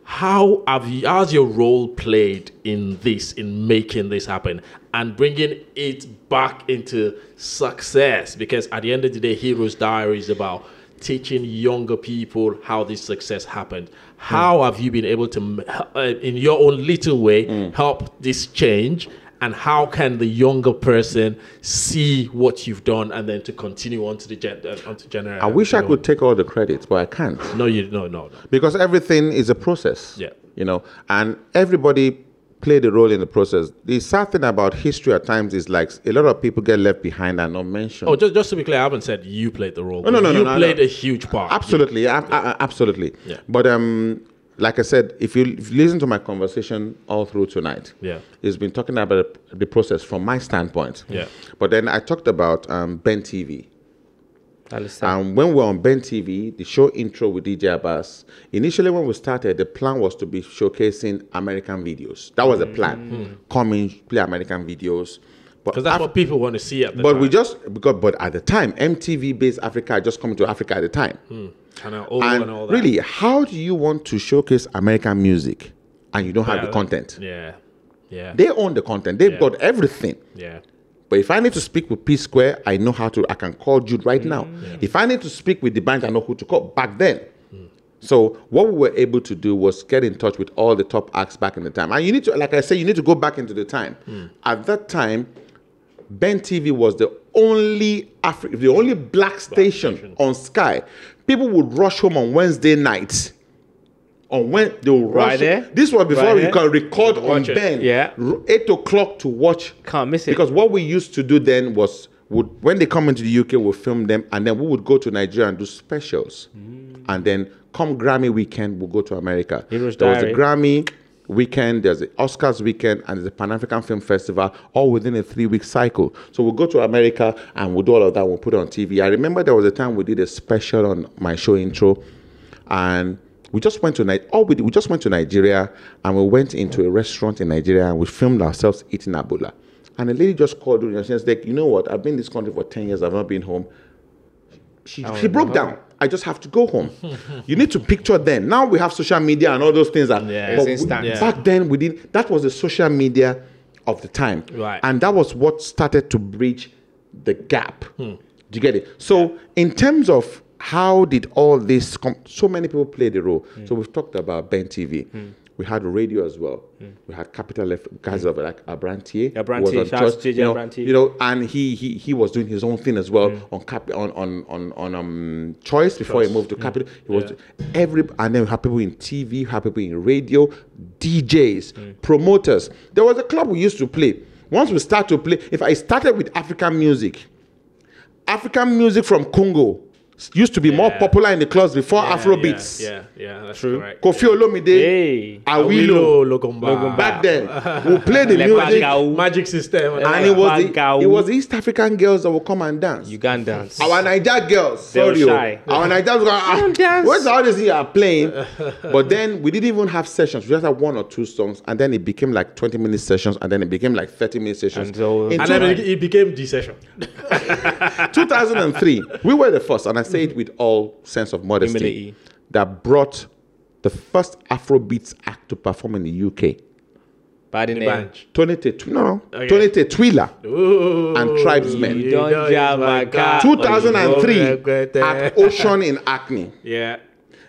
how have you how's your role played in this in making this happen and bringing it back into success because at the end of the day hero's diary is about teaching younger people how this success happened
Hmm.
how have you been able to m- uh, in your own little way
Hmm.
help this change and how can the younger person see what you've done and then to continue on to the gen- uh, onto general
I wish I could take all the credit, but I can't.
no you no no no
because everything is a process.
Yeah.
You know, and everybody played a role in the process. The sad thing about history at times is like a lot of people get left behind and not mentioned.
Oh, just, just to be clear, I haven't said you played the role.
Oh, no, no, no,
You
no,
played
no.
a huge part.
absolutely, ab- a- a- absolutely.
Yeah.
But um, like I said, if you, if you listen to my conversation all through tonight,
Yeah.
it's been talking about the process from my standpoint.
Yeah.
But then I talked about um, Ben TV.
Understand.
And when we were on Ben TV, the show intro with DJ Abbas, initially when we started, the plan was to be showcasing American videos. That was
Mm.
the plan. Come in, play American videos. But,
Because that's
af-
what people want to see at the
but
time.
we just because but at the time, MTV based Africa had just coming to Africa at the time.
Mm. and, all,
And,
and all that.
really, how do you want to showcase American music and you don't have
Yeah,
the content?
Yeah. Yeah.
They own the content, they've
Yeah.
got everything.
yeah.
But if I need to speak with P Square, I know how to. I can call Jude
Mm.
right now. If I need to speak with the bank, I know who to call back then.
Mm.
So what we were able to do was get in touch with all the top acts back in the time. And you need to, like I said, you need to go back into the time.
Mm.
At that time, Ben TV was the only Afri- the only black station, on Sky. People would rush home on Wednesday night. On when they would rush.
Right there.
This was before
Right
you
there.
can record on
Watch it.
Ben.
Yeah.
R- Eight o'clock to watch
Can't miss it.
because what we used to do then was would when they come into the UK, we'll film them, and then we would go to Nigeria and do specials,
Mm.
and then come Grammy weekend, we'll go to America.
Heroes
there was
Diary.
a Grammy weekend, there's the Oscars weekend, and there's the Pan African Film Festival, all within a three-week cycle. So we'll go to America and we'll do all of that. We'll put it on TV. I remember there was a time we did a special on my show intro, and. We just went to Ni- all we, did- we just went to Nigeria and we went into a restaurant in Nigeria and we filmed ourselves eating abola. And a lady just called me and she's like, you know what? I've been in this country for 10 years. I've not been home. She, she broke down. I just have to go home. you need to picture then. Now we have social media and all those things. That,
Yeah.
but
It's
we-
instant.
Yeah.
Back then, we did that was the social media of the time.
Right.
And that was what started to bridge the gap.
Hmm.
Do you get it? So, in terms of how did all this come, so many people played a role.
Hmm.
So, we've talked about Ben TV. We had radio as well.
Hmm.
We had Capital F, guys of like Abrantier. who was
Abrantier,
on
shout out
Trust,
to JJ
you know,
Abrantier.
you know, and he he he was doing his own thing as well
Mm.
on cap on on on on um choice before he
Mm.
moved to capital. He was every and then we had people in TV, we had people in radio, DJs,
Mm.
promoters. There was a club we used to play. Once we start to play, if I started with African music, African music from Congo s- used to be more
Yeah.
popular in the clubs before
Yeah,
Afrobeats.
Yeah. Yeah. That's
True.
correct.
Kofi Olomide,
Hey.
Awilo.
Awilo, Logomba.
Back then, we played the
Lepa
music.
Gao.
Magic system. and all
And
that.
it was, the,
Bangau.
it was the East African girls that would come and dance.
Ugandans.
Our Niger girls,
They were
sorry, oh.
shy.
our Niger girls, ah,
Don't dance.
where's all this you are playing? But then we didn't even have sessions. We just had one or two songs, and then it became like twenty minute sessions, and then it became like thirty minute sessions.
And so-
In
and
two-
then it, it became the session.
2003, we were the first, and I say it with all sense of modesty,
Mm. Humility.
that brought the first Afrobeats act to perform in the UK.
By the name.
Bunch.
Tony Tetu, no,
Okay.
Tony Tetwila
Oh,
Ooh.
and Tribesmen.
You don't jam my car.
2003 at
Yeah.
Ocean in Acne.
Yeah.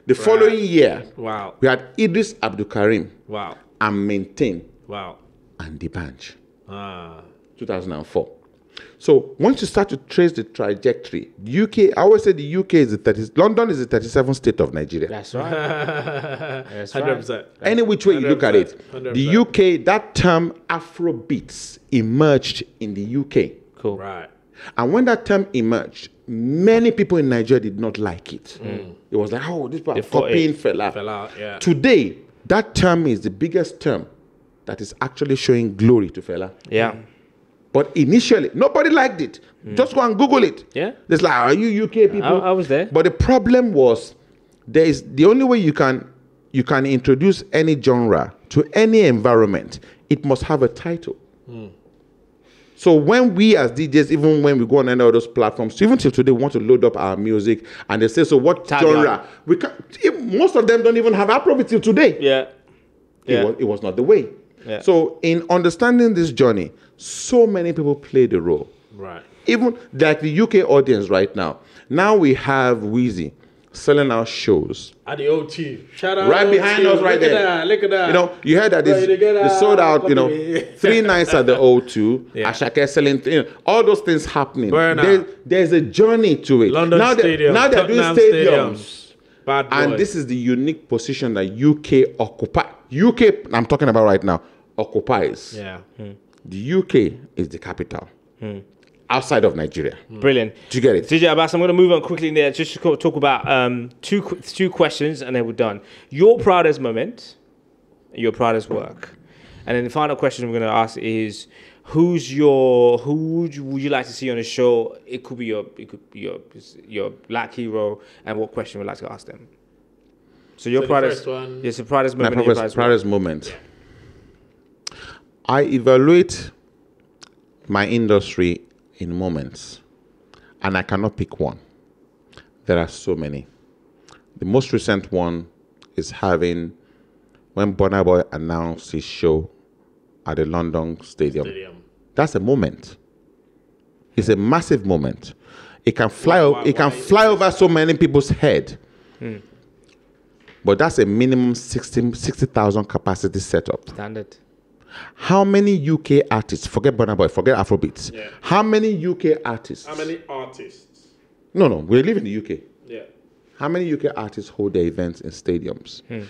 The following year,
Wow.
we had Idris Abdul Karim
Wow.
and Maintain
Wow.
and The Banj,
Ah.
2004. So once you start to trace the trajectory, the UK, I always say the UK is the 30, London is the 37th state of Nigeria.
That's right. That's
Hundred percent.
Any which way you look at it,
100%,
the UK, that term Afrobeats emerged in the UK.
Cool.
Right.
And when that term emerged, many people in Nigeria did not like it. It was like, oh, this people are
thought
copying fella.
Fell out. Yeah.
Today, that term is the biggest term that is actually showing glory to fella.
Yeah.
But initially, nobody liked it. Just go and Google it.
Hmm. Yeah.
It's like, are you UK people?
I was there.
But the problem was, there is the only way you can you can introduce any genre to any environment. It must have a title.
Hmm.
So when we as DJs, even when we go on any of those platforms, even till today, we want to load up our music, and they say, "So what
Tag
genre?" We can, even, most of them don't even have Afrobeat till today
Yeah. Yeah.
it, was, it was not the way.
Yeah.
So in understanding this journey, so many people played a role.
Right.
Even like the UK audience right now. Now we have Wheezy selling out shows
At the OT. Shout out
right behind
OT.
us, right
look
there.
At that, look at that.
You know, you heard that
Bro,
it's,
you get
they sold out. You know,
company.
three nights at the O2.
Yeah.
Ashake selling. You know, all those things happening.
Burnout.
There- there's a journey to it.
London
now
Stadium.
They, now they're
Tottenham
doing stadiums.
Bad boy.
And this is the unique position that UK occupy. UK, I'm talking about right now, occupies.
Yeah.
The UK is the capital outside of Nigeria.
Brilliant.
Hmm.
Hmm.
Do you get it?
DJ Abbas, I'm going to move on quickly there just to co- talk about um, two qu- two questions and then we're done. Your proudest moment, your proudest work, and then the final question we're going to ask is who's your who would you, would you like to see on the show? It could be your it could be your your black hero, and what question would you like to ask them? So your
So the
proudest
first one-
yes, the proudest
My
moment, and your
proudest,
proudest,
proudest moment. I evaluate my industry in moments, and I cannot pick one. There are so many. The most recent one is having when Bonner Boy announced his show at the London Stadium.
Stadium.
That's a moment. It's a massive moment. It can fly. o-
why-
it can
why-
fly over so many people's head.
Hmm.
But that's a minimum 60 60,000 capacity setup.
standard.
How many UK artists? Forget Burna Boy. Forget Afrobeats.
Yeah.
How many UK artists?
How many artists?
No, no. We live in the UK.
Yeah.
How many UK artists hold their events in stadiums?
Hmm.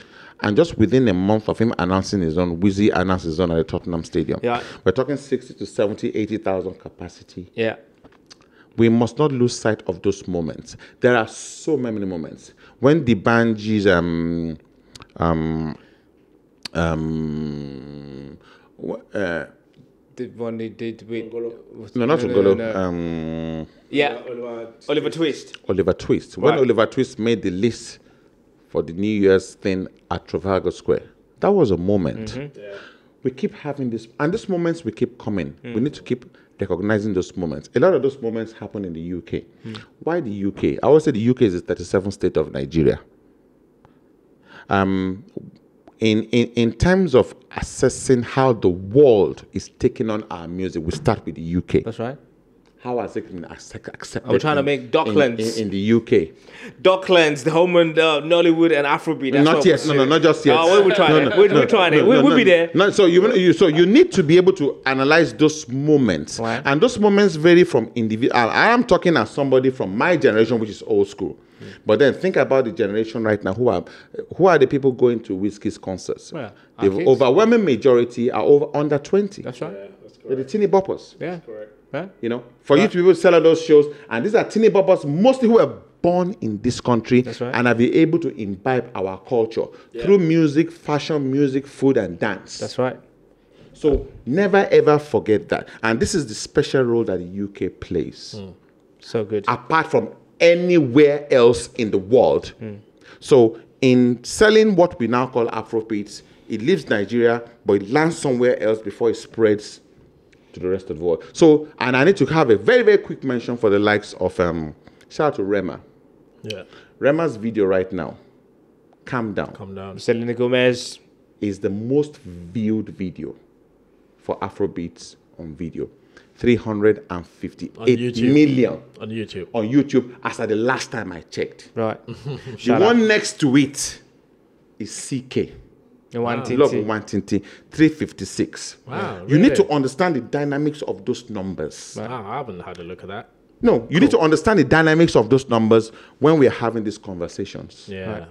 And just within a month of him announcing his own, Wizzy announced his own at the Tottenham Stadium.
Yeah.
We're talking 60 to 70, 80,000 capacity
Yeah,
we must not lose sight of those moments. There are so many moments. When the Banshees, um, um, um, wh- uh,
the one they did with
no, not
no,
Ogolo,
no.
Uh,
um,
yeah Oliver Twist.
Oliver Twist. When
Right.
Oliver Twist made the list for the New Year's thing at Trafalgar Square, that was a moment.
Mm-hmm.
Yeah.
we keep having this and these moments we keep coming we need to keep recognizing those moments a lot of those moments happen in the uk
Hmm.
why the uk i always say the uk is the 37th state of nigeria um, in, in, in terms of assessing how the world is taking on our music we start with the uk
That's right.
how has it been accept- accepted
I'm trying to
in-
make Docklands.
in, in, in the uk
Docklands, the home and uh, Nollywood and Afrobeat. That's
not
what
yet.
we're
No, no,
doing.
not just yet.
Oh, we'll, we'll try
No,
it.
no,
we'll,
no,
we'll try it.
no,
we'll
no,
we'll be
no.
there.
No, so you, you so you need to be able to analyze those moments,
Right.
and those moments vary from individual. I am talking as somebody from my generation, which is old school.
Hmm.
But then think about the generation right now. Who are who are the people going to Whiskey's concerts?
Yeah, our
the
kids.
overwhelming majority are over under twenty.
That's right.
That's
They're the teeny boppers.
Yeah.
correct.
Right.
You know, for you to be able to sell out those shows, and these are teeny boppers mostly who are born in this country
That's right.
and have been able to imbibe our culture through music, fashion, music, food, and dance.
That's right.
so never ever forget that. And this is the special role that the UK
Hmm.
plays,
So good.
apart from anywhere else in the world. So in selling what we now call Afrobeats, it leaves Nigeria, but it lands somewhere else before it spreads to the rest of the world. So, and I need to have a very, very quick mention for the likes of um, shout out to Rema.
Yeah.
Rema's video right now, Calm Down,
Come down.
Selena Gomez.
is the most viewed video for Afrobeats on video. three hundred and fifty-eight million
YouTube. On YouTube.
on YouTube as at the last time I checked.
Right.
the one next to it is CK.
The one Tinti.
Love Wantinti, 356.
Wow,
You need
really?
to understand the dynamics of those numbers.
Wow, I haven't had a look at that.
No, you need to understand the dynamics of those numbers when we are having these conversations.
Yeah.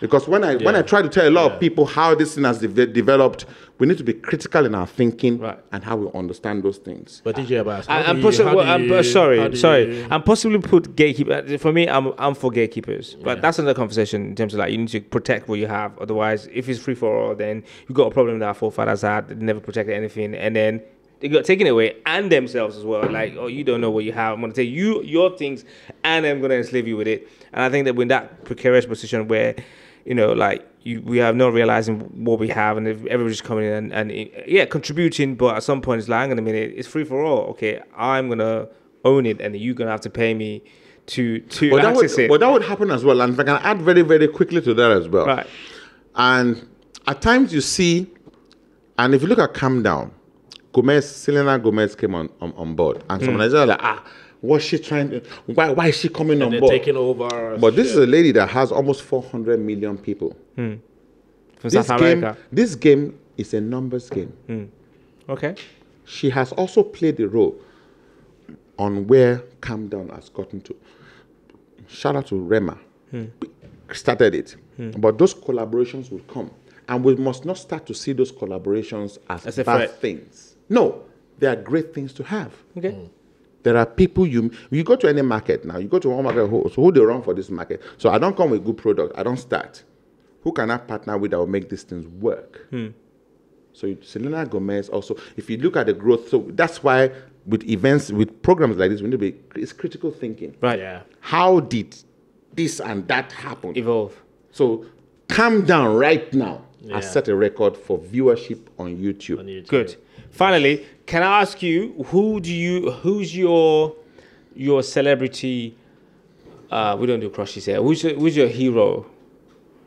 Because when I when I try to tell a lot of people how this thing has de- developed, we need to be critical in our thinking
Right.
and how we understand those things.
But DJ Abbas, how
I,
do
I'm,
you-
possi-
how do
well, I'm
you-
uh, sorry,
how do
sorry.
you-
I'm possibly put gatekeeper. For me, I'm I'm for gatekeepers, but that's another conversation in terms of like you need to protect what you have. Otherwise, if it's free for all, then you got a problem that our forefathers had. They never protected anything, and then they got taken away and themselves as well. Like, oh, you don't know what you have. I'm gonna take you your things, and I'm gonna enslave you with it. And I think that we're in that precarious position where, you know, like you, we have not realizing what we have, and if everybody's coming in and, and yeah, contributing. But at some point, it's like, hang on a minute, it's free for all. Okay, I'm gonna own it, and you're gonna have to pay me to to
But that,
access
would,
it.
but that would happen as well. And if I can add very, very quickly to that as well.
right.
And at times you see, and if you look at Calm Down, Gomez, Selena Gomez came on, on, on board. And
Hmm.
some Nigerians are like, ah, what's she trying to, why, why is she coming on
They're
board?
taking over.
but this is a lady that has almost 400 million people.
From
This
South
game,
America.
this game is a numbers game.
Okay.
She has also played a role on where Calm Down has gotten to. Shout out to Rema.
Hmm.
Started it. But those collaborations will come. And we must not start to see those collaborations as,
As a
bad
threat.
things. No, they are great things to have.
Okay.
There are people you you go to any market now. You go to one market. Who, so who they run for this market? So I don't come with good product. I don't start. Who can I partner with that will make these things work? So you- Selena Gomez also. If you look at the growth, so that's why with events with programs like this, we need to be it's critical thinking.
Right.
yeah.
How did this and that happen?
Evolve.
so calm down right now.
Yeah.
I set a record for viewership on YouTube.
On YouTube.
Good. Finally, can I ask you who do you who's your your celebrity? Uh, we don't do crushes here. Who's your, who's your hero?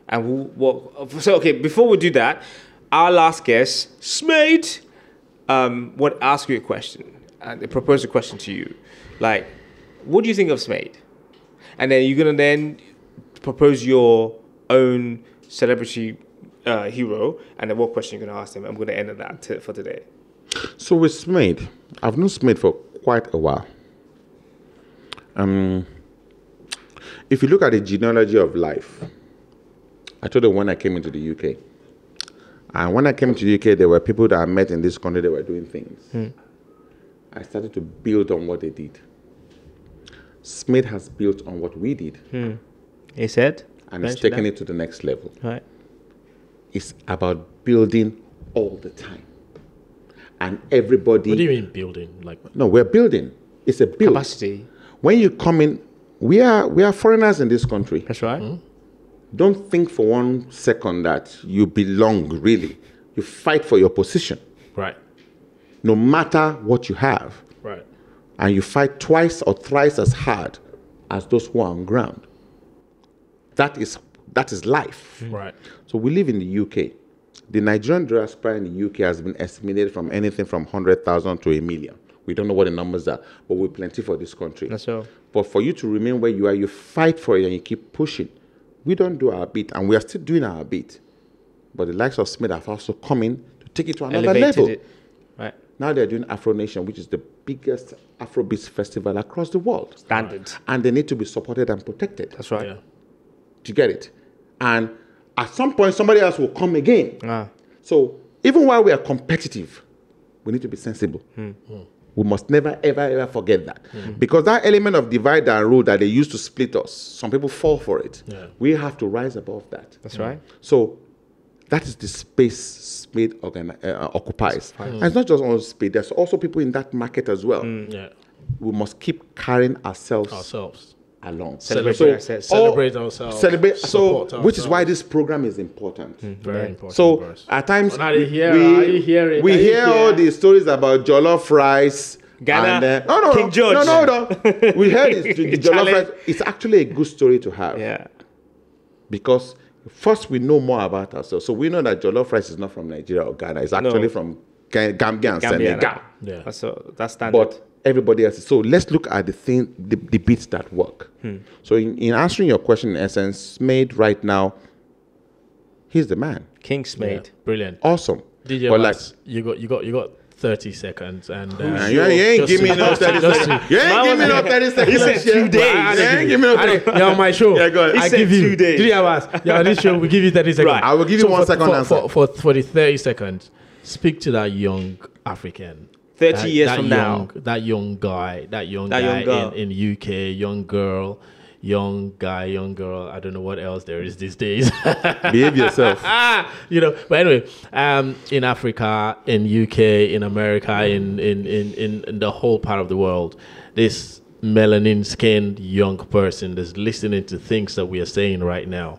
And who, what? So okay, before we do that, our last guest, Smate, um, would ask you a question and they propose a question to you, like, what do you think of Smate? And then you're gonna then propose your own celebrity uh, hero, and then what question you're gonna ask them. I'm gonna end at that t- for today.
So with Smith, I've known Smith for quite a while. Um, if you look at the genealogy of life, I told you when I came into the UK. And when I came to the UK, there were people that I met in this country that were doing things.
Hmm.
I started to build on what they did. Smith has built on what we did
Hmm.
He said,
and is taking it to the next level.
Right.
It's about building all the time. And everybody
What do you mean building? Like
no, we're building. It's a build.
Capacity.
When you come in, we are we are foreigners in this country.
That's right.
Don't think for one second that you belong really. You fight for your position,
right,
no matter what you have,
right.
and you fight twice or thrice as hard as those who are on ground. That is that is life.
Right.
So we live in the UK. The Nigerian diaspora in the UK has been estimated from anything from 100,000 to a million. We don't know what the numbers are, but we're plenty for this country.
That's all.
But for you to remain where you are, you fight for it and you keep pushing. We don't do our bit, and we are still doing our bit. But the likes of Smith have also come in to take it to another
Elevated
level.
it. Right.
Now they're doing Afro Nation, which is the biggest Afrobeats festival across the world.
Standard.
And they need to be supported and protected.
That's right.
Yeah.
Do you get it? And at some point, somebody else will come again.
Ah.
So even while we are competitive, we need to be sensible.
Hmm.
We must never, ever, ever forget that. Because that element of divide and rule that they used to split us, some people fall for it.
Yeah.
We have to rise above that.
That's right.
So that is the space Spade organi- uh, occupies.
Hmm.
And it's not just on Spade, there's also people in that market as well.
Yeah.
We must keep carrying ourselves
Hmm. Ourselves.
along.
Celebrate
So
ourselves.
all-
Celebrate ourselves.
Celebrate. So,
Support
which is why
ourselves.
this program is important.
Very important.
So ah,
for us.
at times
Well, now they hear-
we,
are you hearing-
we
are you
hear all
hearing?
the stories about jollof rice.
Ghana,
and, uh, no, no,
King
no,
George.
no, no, no. We heard it. The jollof
Challenge.
rice. It's actually a good story to have
Yeah.
because first we know more about ourselves. So we know that jollof rice is not from Nigeria or Ghana. It's actually from Ga- Gambia and
Gambia.
Senegal.
Yeah.
That's all. That's standard.
But everybody else. So let's look at the thing, the, the bits that work. So in, in answering your question, in essence, made right now, he's the man.
King's
Yeah.
made.
Brilliant.
Awesome.
DJ
But
Bass, you got you got you got 30 seconds. And uh,
Uh, you ain't, you ain't
just
give me
to-
no
just to-
30
just to-
seconds. You ain't give me no 30 seconds.
He said
shit.
two days.
You ain't give me no
I
30
don't- You're on my show.
Yeah, go ahead.
I
He said
give you
two days.
three hours. Yeah, on this show we give you thirty seconds.
Right.
I will give you
one
one second
for,
answer.
For, for, for the thirty seconds, speak to that young African.
30
That-
years
that
from
young,
now.
That young guy. That young
That
guy
young girl.
in, in UK. Young girl. Young guy. Young girl. I don't know what else there is these days.
Behave yourself.
ah, you know. But anyway, um, in Africa, in UK, in America, in in in in, in the whole part of the world, this melanin-skinned young person that's listening to things that we are saying right now,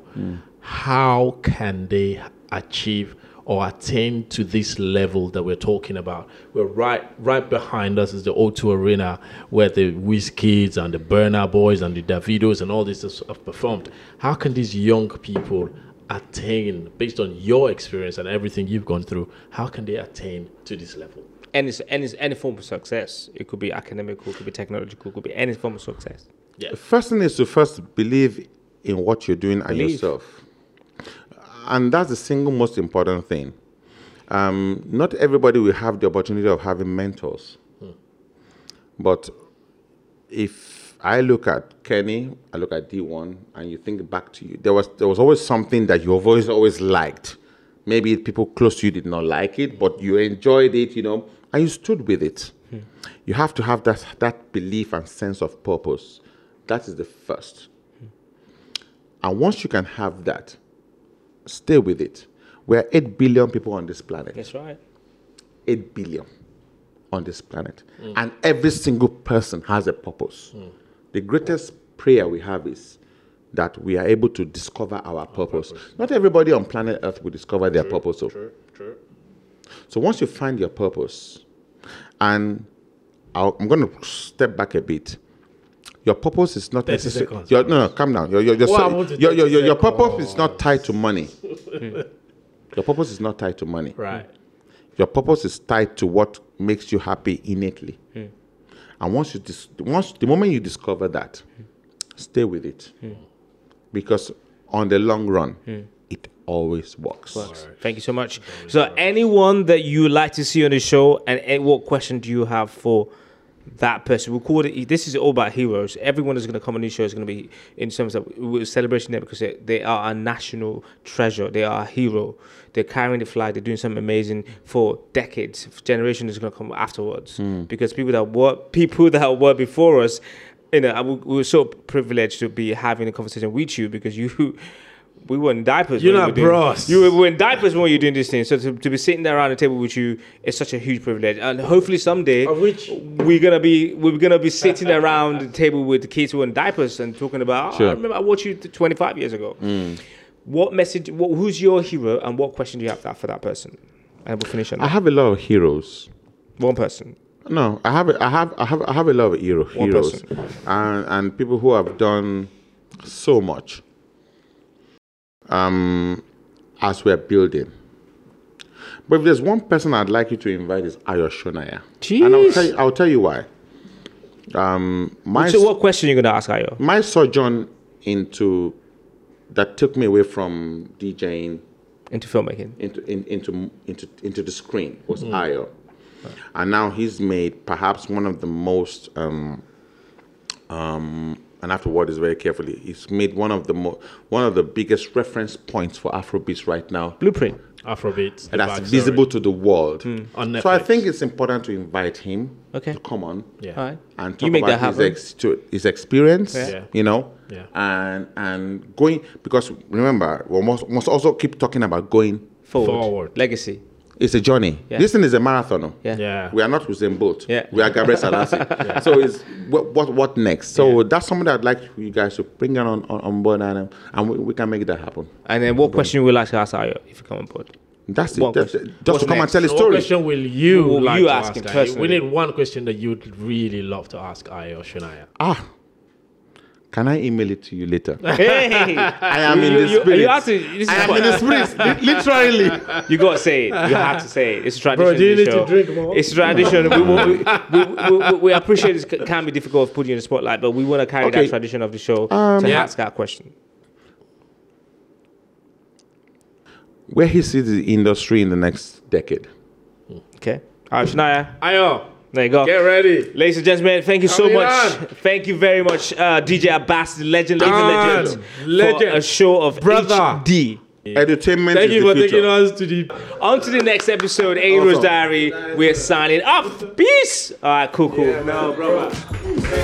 how can they achieve? Or attain to this level that we're talking about. We're right, right behind us is the O2 Arena, where the Wiz Kids and the Burner Boys and the Davidos and all this have performed. How can these young people attain based on your experience and everything you've gone through how can they attain to this level
And it's, and it's any form of success. It could be academical, it could be technological, it could be any form of success.
yeah
The first thing is to first believe in what you're doing and
Believe.
yourself. And that's the single most important thing. Um, not everybody will have the opportunity of having mentors.
Hmm.
But if I look at Kenny, I look at D1, and you think back to you, there was there was always something that you've always always liked. Maybe people close to you did not like it, but you enjoyed it, you know, and you stood with it. You have to have that that belief and sense of purpose. That is the first. And once you can have that, stay with it. We are eight billion people on this planet.
That's right.
8 billion on this planet. And every single person has a purpose. The greatest prayer we have is that we are able to discover our purpose. Not everybody on planet Earth will discover their purpose. So. so once you find your purpose, and I'll, I'm going to step back a bit. Your purpose is not
30
necessarily.
seconds.
Your, no, no, calm down. Your, your, your,
Oh, I
so-
want to
your, your,
30
your, your purpose is not tied to money. your purpose is not tied to money.
right
Your purpose is tied to what makes you happy innately. And once you dis- once the moment you discover that, stay with it. Because on the long run, it always works.
Thank you so much. So, anyone that you would like to see on the show, and eh, what question do you have for that person? We call it. This is all about heroes. Everyone that's going to come on this show is going to be in terms of we're celebrating them because they, they are a national treasure. They are a hero. They're carrying the flag. They're doing something amazing for decades. For generation is going to come afterwards
Hmm.
because people that were people that were before us. You know, we, we were so privileged to be having a conversation with you because you. We were in diapers.
You're
when you
not
were doing-
bros.
You were we were in diapers when you're doing this thing. So to, to be sitting there around the table with you is such a huge privilege. And hopefully someday
Of which-
we're gonna be we're gonna be sitting around the table with the kids who are in diapers and talking about oh, I
Sure. Hmm.
remember I watched you t- 25 years ago. What message? What, who's your hero? And what question do you have that for that person? And we'll finish on
I
that.
have a lot of heroes.
one person.
No, I have, a, I have, I have, I have a lot of hero,
One
heroes, and and people who have done so much. Um, as we're building. But if there's one person I'd like you to invite is Ayoshonaya. And I'll
Jeez.
tell you, I'll tell you why. Um, my
So what question are you gonna ask Ayo?
my sojourn into that took me away from DJing
into filmmaking?
into in, into into into the screen was Ayo, and now he's made perhaps one of the most um, um, and after word is very carefully he's made one of the mo- one of the biggest reference points for Afrobeats right now
Blueprint.
afrobeat
and
the
that's
backstory.
visible to the world.
Hmm. On
So I
Netflix.
think it's important to invite him
Okay.
to come on
yeah
All right.
and
You
talk
make
about
that
his,
happen.
ex- to his experience,
Yeah.
Yeah.
you know,
Yeah.
and and going because remember we must, must also keep talking about going.
Forward.
Forward.
Legacy.
It's a journey.
Yeah.
This thing is a marathon. oh.
Yeah.
yeah
We are not Usain Bolt.
Yeah.
We are Gabriel Selassie. So it's what, what what next? So that's something I'd like you guys to bring on on, on board and um, and we, we can make that happen.
And then what question would you like to ask Ayo if you come on board?
That's
What
it. That's
question?
it. Just
What's
to come
next?
and tell a
So what
story.
question will you
Will
like
you
to
ask
ask,
him
Ayo?
personally?
we need one question that you'd really love to ask Ayo Shania
Ah, can I email it to you later?
Hey.
I am in
You-
the
you-
spirit.
you have to- this
I
is
am
what-
in the spirit, li- literally.
You gotta say it. You have to say it. It's a tradition.
Bro, do you
in the
need to
show.
drink more?
It's a tradition. we, we, we, we, we, we appreciate it. It can be difficult of putting you in the spotlight, but we want to carry that
Okay.
tradition of the show to
Yeah.
ask that question.
Where he sees the industry in the next decade.
Okay. All right, Shania.
Ayo,
There you go.
get ready.
Ladies and gentlemen, thank you so
Come
much.
on.
Thank you very much, uh, DJ Abbas, the legend,
Come on.
legend, legend,
Legend.
for a show of
Brother.
HD.
Entertainment
Thank
is
you
the
for
future.
taking us to the.
On to the next episode, A Rose
Awesome.
Diary. We're signing off. Peace. All right, cool, cool.
No, brother.